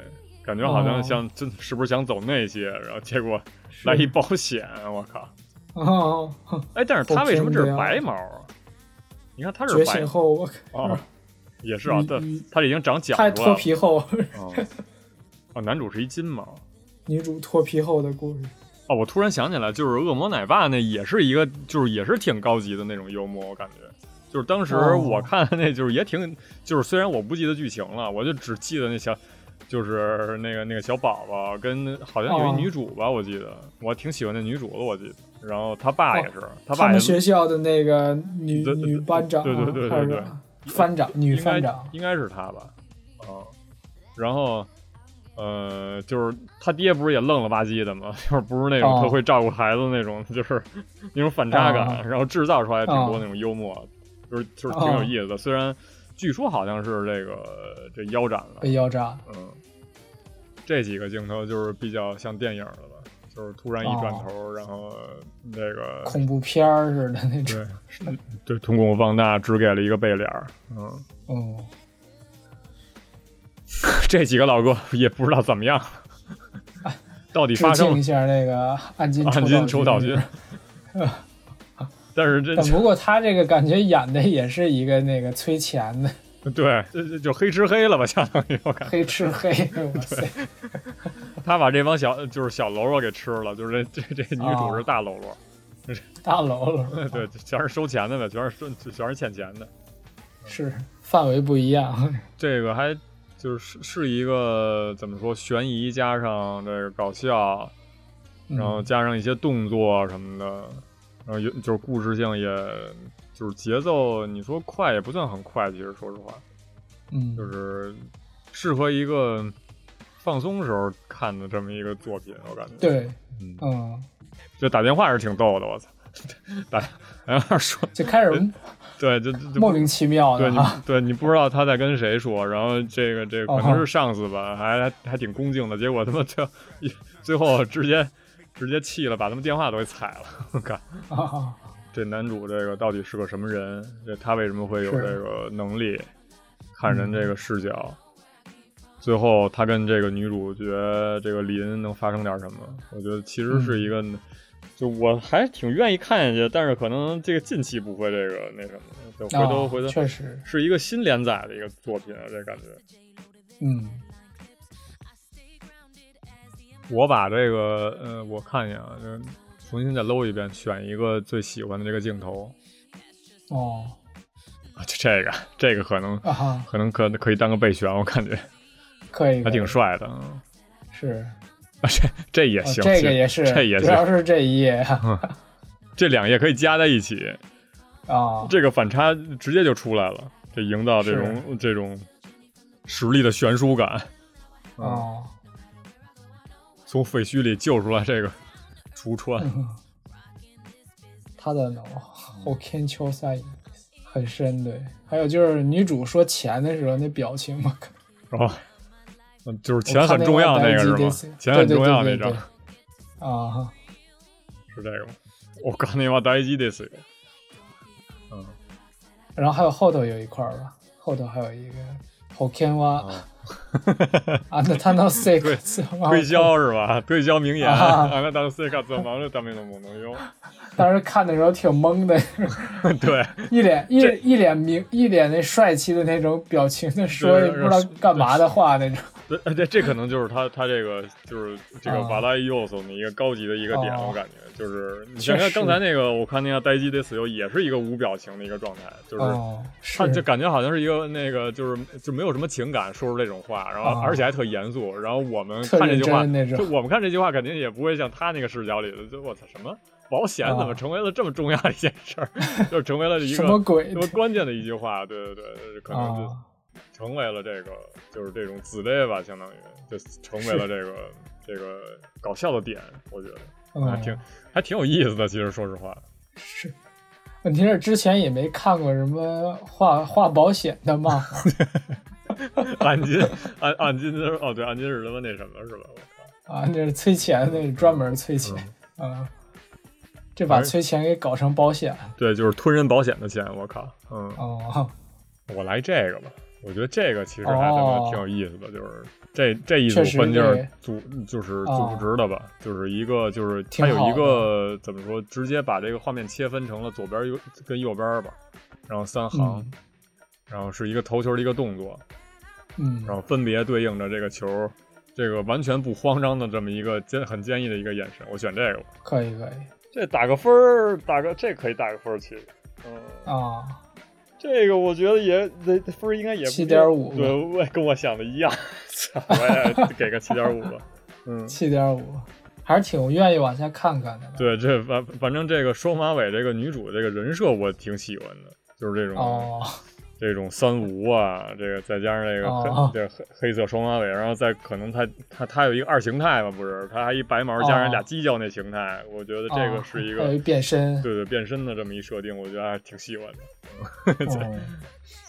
[SPEAKER 2] 感觉好像
[SPEAKER 3] 哦
[SPEAKER 2] 像真是不是想走那些，然后结果
[SPEAKER 3] 是
[SPEAKER 2] 来一保险，啊我靠！
[SPEAKER 3] 哦，
[SPEAKER 2] 哎，但是他
[SPEAKER 3] 后
[SPEAKER 2] 为什么这是
[SPEAKER 3] 天的呀
[SPEAKER 2] 白毛啊？你看他是
[SPEAKER 3] 觉
[SPEAKER 2] 白
[SPEAKER 3] 醒后我
[SPEAKER 2] 哦，也是啊，
[SPEAKER 3] 嗯
[SPEAKER 2] 他
[SPEAKER 3] 嗯
[SPEAKER 2] 他已经长角
[SPEAKER 3] 太
[SPEAKER 2] 子
[SPEAKER 3] 脱
[SPEAKER 2] 了。
[SPEAKER 3] 皮后， *laughs*
[SPEAKER 2] 哦，哦，男主是一金毛。
[SPEAKER 3] 女主脱皮后的故事，
[SPEAKER 2] 哦，我突然想起来，就是恶魔奶爸那也是一个，就是也是挺高级的那种幽默，我感觉。就是当时
[SPEAKER 3] 哦
[SPEAKER 2] 我看的那，就是也挺，就是虽然我不记得剧情了，我就只记得那小，就是那个那个小宝宝跟好像有
[SPEAKER 3] 哦
[SPEAKER 2] 一女主吧，我记得，我挺喜欢那女主的，我记得。然后他爸也是，他
[SPEAKER 3] 哦他
[SPEAKER 2] 爸也
[SPEAKER 3] 们学校的那个女
[SPEAKER 2] 对对
[SPEAKER 3] 女班长啊，
[SPEAKER 2] 对对对对
[SPEAKER 3] 还是
[SPEAKER 2] 对
[SPEAKER 3] 班长，女
[SPEAKER 2] 应该
[SPEAKER 3] 班长，
[SPEAKER 2] 应该是他吧，
[SPEAKER 3] 哦
[SPEAKER 2] 啊，然后呃，就是他爹不是也愣了吧唧的吗？ *laughs* 就是不是那种
[SPEAKER 3] 哦
[SPEAKER 2] 特会照顾孩子那种， *laughs* 就是那种反差感，
[SPEAKER 3] 哦
[SPEAKER 2] 然后制造出来挺多
[SPEAKER 3] 哦
[SPEAKER 2] 那种幽默，就是就是挺有意思的。虽然据说好像是这个这腰斩了，
[SPEAKER 3] 被腰斩，
[SPEAKER 2] 嗯，这几个镜头就是比较像电影的吧，就是突然一转
[SPEAKER 3] 哦
[SPEAKER 2] 头，然后那个
[SPEAKER 3] 恐怖片儿似的那种，
[SPEAKER 2] 对是对瞳孔放大，只给了一个背脸儿，嗯。
[SPEAKER 3] 嗯，
[SPEAKER 2] *laughs* 这几个老哥也不知道怎么 *laughs* 样，到底
[SPEAKER 3] 致
[SPEAKER 2] 发生了啊
[SPEAKER 3] 敬一下那个暗金
[SPEAKER 2] 暗金
[SPEAKER 3] 抽
[SPEAKER 2] 抽岛君。 *laughs* 但是这
[SPEAKER 3] *laughs* 但不过他这个感觉演的也是一个那个催钱的，
[SPEAKER 2] *laughs* 对这这就黑吃黑了吧，相当于我感觉
[SPEAKER 3] 黑
[SPEAKER 2] *laughs*
[SPEAKER 3] 吃黑，哇塞，
[SPEAKER 2] 他把这帮小就是小喽啰给吃了，就是这这这女主
[SPEAKER 3] 哦
[SPEAKER 2] 是大喽啰，
[SPEAKER 3] 大喽啰，
[SPEAKER 2] *laughs* 对，全是收钱的呗，全是收全是欠钱的。
[SPEAKER 3] 是范围不一样，
[SPEAKER 2] 这个还就是是一个怎么说悬疑加上这个搞笑，
[SPEAKER 3] 嗯
[SPEAKER 2] 然后加上一些动作啊什么的，然后有就是故事性也，就是节奏，你说快也不算很快，其实说实话，
[SPEAKER 3] 嗯，
[SPEAKER 2] 就是适合一个放松时候看的这么一个作品，我感觉。，
[SPEAKER 3] 对，
[SPEAKER 2] 嗯，
[SPEAKER 3] 嗯，
[SPEAKER 2] 就打电话是挺逗的，我操，打打电话说，
[SPEAKER 3] 就开始
[SPEAKER 2] 对，就就就
[SPEAKER 3] 莫名其妙
[SPEAKER 2] 哎对
[SPEAKER 3] 的
[SPEAKER 2] 你
[SPEAKER 3] 哈，
[SPEAKER 2] 对你不知道他在跟谁说，然后这个这个、
[SPEAKER 3] 啊哦
[SPEAKER 2] 可能是上司吧，还还还挺恭敬的，结果他妈最后 *laughs* 最后直接直接气了，把他们电话都给踩了，我靠！
[SPEAKER 3] 啊，
[SPEAKER 2] 这男主这个到底是个什么人？这他为什么会有
[SPEAKER 3] 是
[SPEAKER 2] 这个能力看人这个视角？最后他跟这个女主角这个林能发生点什么？我觉得其实是一个，就我还挺愿意看下去，但是可能这个近期不会这个那什么，就回头、
[SPEAKER 3] 啊
[SPEAKER 2] 回头
[SPEAKER 3] 确实，
[SPEAKER 2] 是一个新连载的一个作品啊，这感觉。
[SPEAKER 3] 嗯，
[SPEAKER 2] 我把这个，呃，我看一眼啊，就是重新再搂一遍，选一个最喜欢的这个镜头 *laughs*
[SPEAKER 3] 哦，
[SPEAKER 2] 啊，就这个，这个可能
[SPEAKER 3] 啊哈，
[SPEAKER 2] 可能可可以当个备选，我感
[SPEAKER 3] 嗯
[SPEAKER 2] 觉
[SPEAKER 3] 可以，
[SPEAKER 2] 还挺
[SPEAKER 3] 可以
[SPEAKER 2] 帅的，嗯
[SPEAKER 3] 是，
[SPEAKER 2] 啊，这 *laughs* 这也
[SPEAKER 3] 哦
[SPEAKER 2] 行，
[SPEAKER 3] 这个也是，
[SPEAKER 2] 这也
[SPEAKER 3] 主要
[SPEAKER 2] 行，
[SPEAKER 3] 是这一页
[SPEAKER 2] 这两页可以加在一起，
[SPEAKER 3] 啊，
[SPEAKER 2] *laughs* 这个反差直接就出来了，这营造这种这种实力的悬殊感，嗯，
[SPEAKER 3] 哦，
[SPEAKER 2] 从废墟里救出来这个橱窗，
[SPEAKER 3] 嗯他的脑后天秋赛很深，对，还有就是女主说钱的时候那表情嘛，
[SPEAKER 2] 然后。嗯就是钱很重要那个是
[SPEAKER 3] 我看那个
[SPEAKER 2] 吗？钱很重要那张
[SPEAKER 3] 对对对对啊哈，
[SPEAKER 2] 是这个吗？我靠，那把大一ですよ。嗯，
[SPEAKER 3] 然后还有后头有一块儿吧，后头还有一个后天哇
[SPEAKER 2] 啊
[SPEAKER 3] 啊，那他
[SPEAKER 2] *laughs*
[SPEAKER 3] 能 six
[SPEAKER 2] 推推销是吧？推销名言， *laughs*
[SPEAKER 3] 啊
[SPEAKER 2] あなたの生活は守るためのものよ。
[SPEAKER 3] 当时看的时候挺懵的，
[SPEAKER 2] *laughs* 对，
[SPEAKER 3] 一脸一一脸明一脸那帅气的那种表情的说
[SPEAKER 2] 对
[SPEAKER 3] 也不知道干嘛的话那种，
[SPEAKER 2] 对，哎这这可能就是他他这个就是这个
[SPEAKER 3] 啊
[SPEAKER 2] 瓦拉伊奥索的一个高级的一个点，
[SPEAKER 3] 哦
[SPEAKER 2] 我感觉就是你
[SPEAKER 3] 确
[SPEAKER 2] 像
[SPEAKER 3] 实
[SPEAKER 2] 刚才那个，我看那个呆鸡得死又也是一个无表情的一个状态，就是。
[SPEAKER 3] 哦，
[SPEAKER 2] 他就是感觉好像是一个那个，就是就没有什么情感，说出这种话，然后
[SPEAKER 3] 啊
[SPEAKER 2] 而且还特严肃。然后我们
[SPEAKER 3] 特
[SPEAKER 2] 看这句话，
[SPEAKER 3] 认真那
[SPEAKER 2] 就
[SPEAKER 3] 种
[SPEAKER 2] 我们看这句话，肯定也不会像他那个视角里的，就我操什么保险怎么
[SPEAKER 3] 啊
[SPEAKER 2] 成为了这么重要的一件事
[SPEAKER 3] *laughs*
[SPEAKER 2] 儿，就成为了一个
[SPEAKER 3] 什么鬼
[SPEAKER 2] 什么关键的一句话，对对对，可能就
[SPEAKER 3] 啊？
[SPEAKER 2] 成为了这个就是这种子类吧，相当于就成为了这个这个搞笑的点，我觉得还
[SPEAKER 3] 嗯，
[SPEAKER 2] 啊挺还挺有意思的。其实说实话，
[SPEAKER 3] 是。问题是之前也没看过什么画画保险的漫画，
[SPEAKER 2] 按金按按金是哦对，按金是他妈那什么是吧？我靠，
[SPEAKER 3] 啊，那是催钱，那是专门催钱，
[SPEAKER 2] 嗯
[SPEAKER 3] 啊，这把
[SPEAKER 2] 而
[SPEAKER 3] 催钱给搞成保险了
[SPEAKER 2] 对，就是吞人保险的钱，我靠，嗯，
[SPEAKER 3] 哦，
[SPEAKER 2] 我来这个吧。我觉得这个其实还他妈
[SPEAKER 3] 哦
[SPEAKER 2] 挺有意思的，就是这这一组
[SPEAKER 3] 确实
[SPEAKER 2] 分就是
[SPEAKER 3] 对
[SPEAKER 2] 组就是组
[SPEAKER 3] 哦
[SPEAKER 2] 织的吧，就是一个就是
[SPEAKER 3] 挺
[SPEAKER 2] 它有
[SPEAKER 3] 好
[SPEAKER 2] 一个怎么说，直接把这个画面切分成了左边右跟右边吧，然后三行，
[SPEAKER 3] 嗯
[SPEAKER 2] 然后是一个投球的一个动作，
[SPEAKER 3] 嗯
[SPEAKER 2] 然后分别对应着这个球，这个完全不慌张的这么一个坚很坚毅的一个眼神，我选这个吧。
[SPEAKER 3] 可以可以
[SPEAKER 2] 这打个分儿，打个这可以打个分儿，其实，嗯，
[SPEAKER 3] 啊，
[SPEAKER 2] 这个我觉得也这这分儿应该也不低
[SPEAKER 3] 7.5
[SPEAKER 2] 对，我也跟我想的一样， *laughs* 操我也给个七点五吧。 *laughs* 嗯，
[SPEAKER 3] 七点五，还是挺愿意往下看看的。
[SPEAKER 2] 对，这反反正这个双马尾这个女主这个人设我挺喜欢的，就是这种、
[SPEAKER 3] 哦，
[SPEAKER 2] 这种三无啊，这个再加上这个黑、
[SPEAKER 3] 哦
[SPEAKER 2] 这黑黑色双马尾，然后再可能他他他有一个二形态吧，不是，他还一白毛加上俩
[SPEAKER 3] 哦
[SPEAKER 2] 犄角那形态，我觉得这个是一个、
[SPEAKER 3] 还有一变身，
[SPEAKER 2] 对对变身的这么一设定，我觉得还挺喜欢的。
[SPEAKER 3] 嗯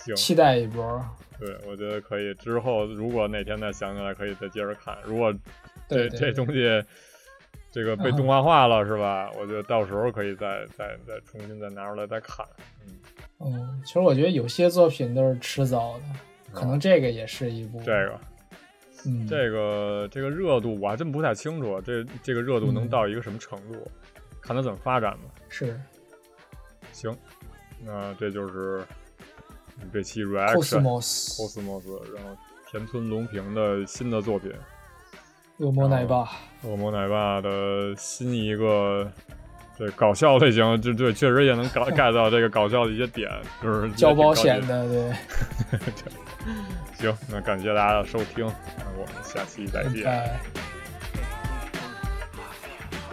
[SPEAKER 2] 行，
[SPEAKER 3] 期待一波。
[SPEAKER 2] 对，我觉得可以。之后如果哪天再想起来，可以再接着看。如果这
[SPEAKER 3] 对对
[SPEAKER 2] 这
[SPEAKER 3] 对嗯
[SPEAKER 2] 东西这个被动画化了，是吧？我觉得到时候可以再再再重新再拿出来再看。嗯，
[SPEAKER 3] 嗯，其实我觉得有些作品都是迟早的，可能这个也是一部。
[SPEAKER 2] 这个
[SPEAKER 3] 嗯，
[SPEAKER 2] 这个这个热度我还真不太清楚，这这个热度能
[SPEAKER 3] 嗯
[SPEAKER 2] 到一个什么程度，看它怎么发展吧。
[SPEAKER 3] 是
[SPEAKER 2] 行，那这就是这期 reaction
[SPEAKER 3] Cosmos
[SPEAKER 2] Cosmos，然后田村龙平的新的作品。
[SPEAKER 3] 恶魔奶
[SPEAKER 2] 啊
[SPEAKER 3] 爸，
[SPEAKER 2] 恶魔奶爸的新一个对搞笑类型，就对，确实也能搞 get 到这个搞笑的一些点，就是
[SPEAKER 3] *laughs* 交保险
[SPEAKER 2] 的。 *laughs*
[SPEAKER 3] 的，对，
[SPEAKER 2] 行，那感谢大家的收听，那我们下期再见。
[SPEAKER 3] 拜。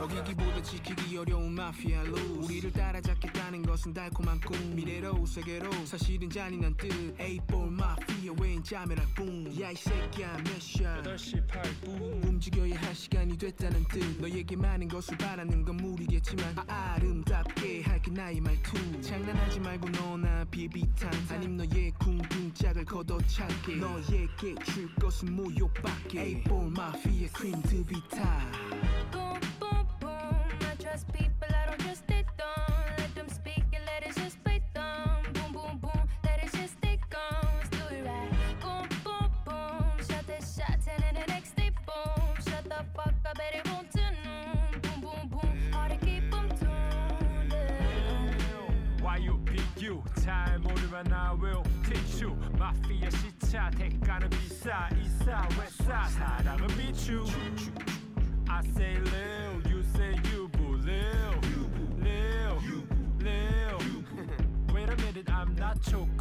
[SPEAKER 4] 어기기보다 지키기 어려운 마피아 루 우리를 따라잡겠다는 것은 달콤한 꿈 미래로 세계로 사실은 잔인한 뜻 A4 마피아 웬 짜메라 뿡야이 새끼야 몇샷 8시 8분 움직여야 할 시간이 됐다는 뜻 너에게 많은 것을 바라는 건 무리겠지만 아, 아름답게 할게 나의 말투 장난하지 말고 너나 비비탄 아님 너의 궁금짝을 걷어차게 너에게 줄 것은 모욕밖에 A4 마피아 크림 드비타
[SPEAKER 5] Boom, boom, boom. I trust people, I don't trust they dumb. Let them speak and let us just play dumb. Boom, boom, boom. Let us just stay calm. Let's do it right. Boom, boom, boom. Shot the shots and then the next day, boom. Shut the fuck up, bet it won't turn on. Boom, boom, boom. Hard to keep 'em tuned.
[SPEAKER 6] Why you pick you? time 오르면 I will teach you 마피아 시차 대가는 비싸 이싸 왜싸 사랑은 비추 I say lil you say you boo lil lil lil Wait a minute I'm not your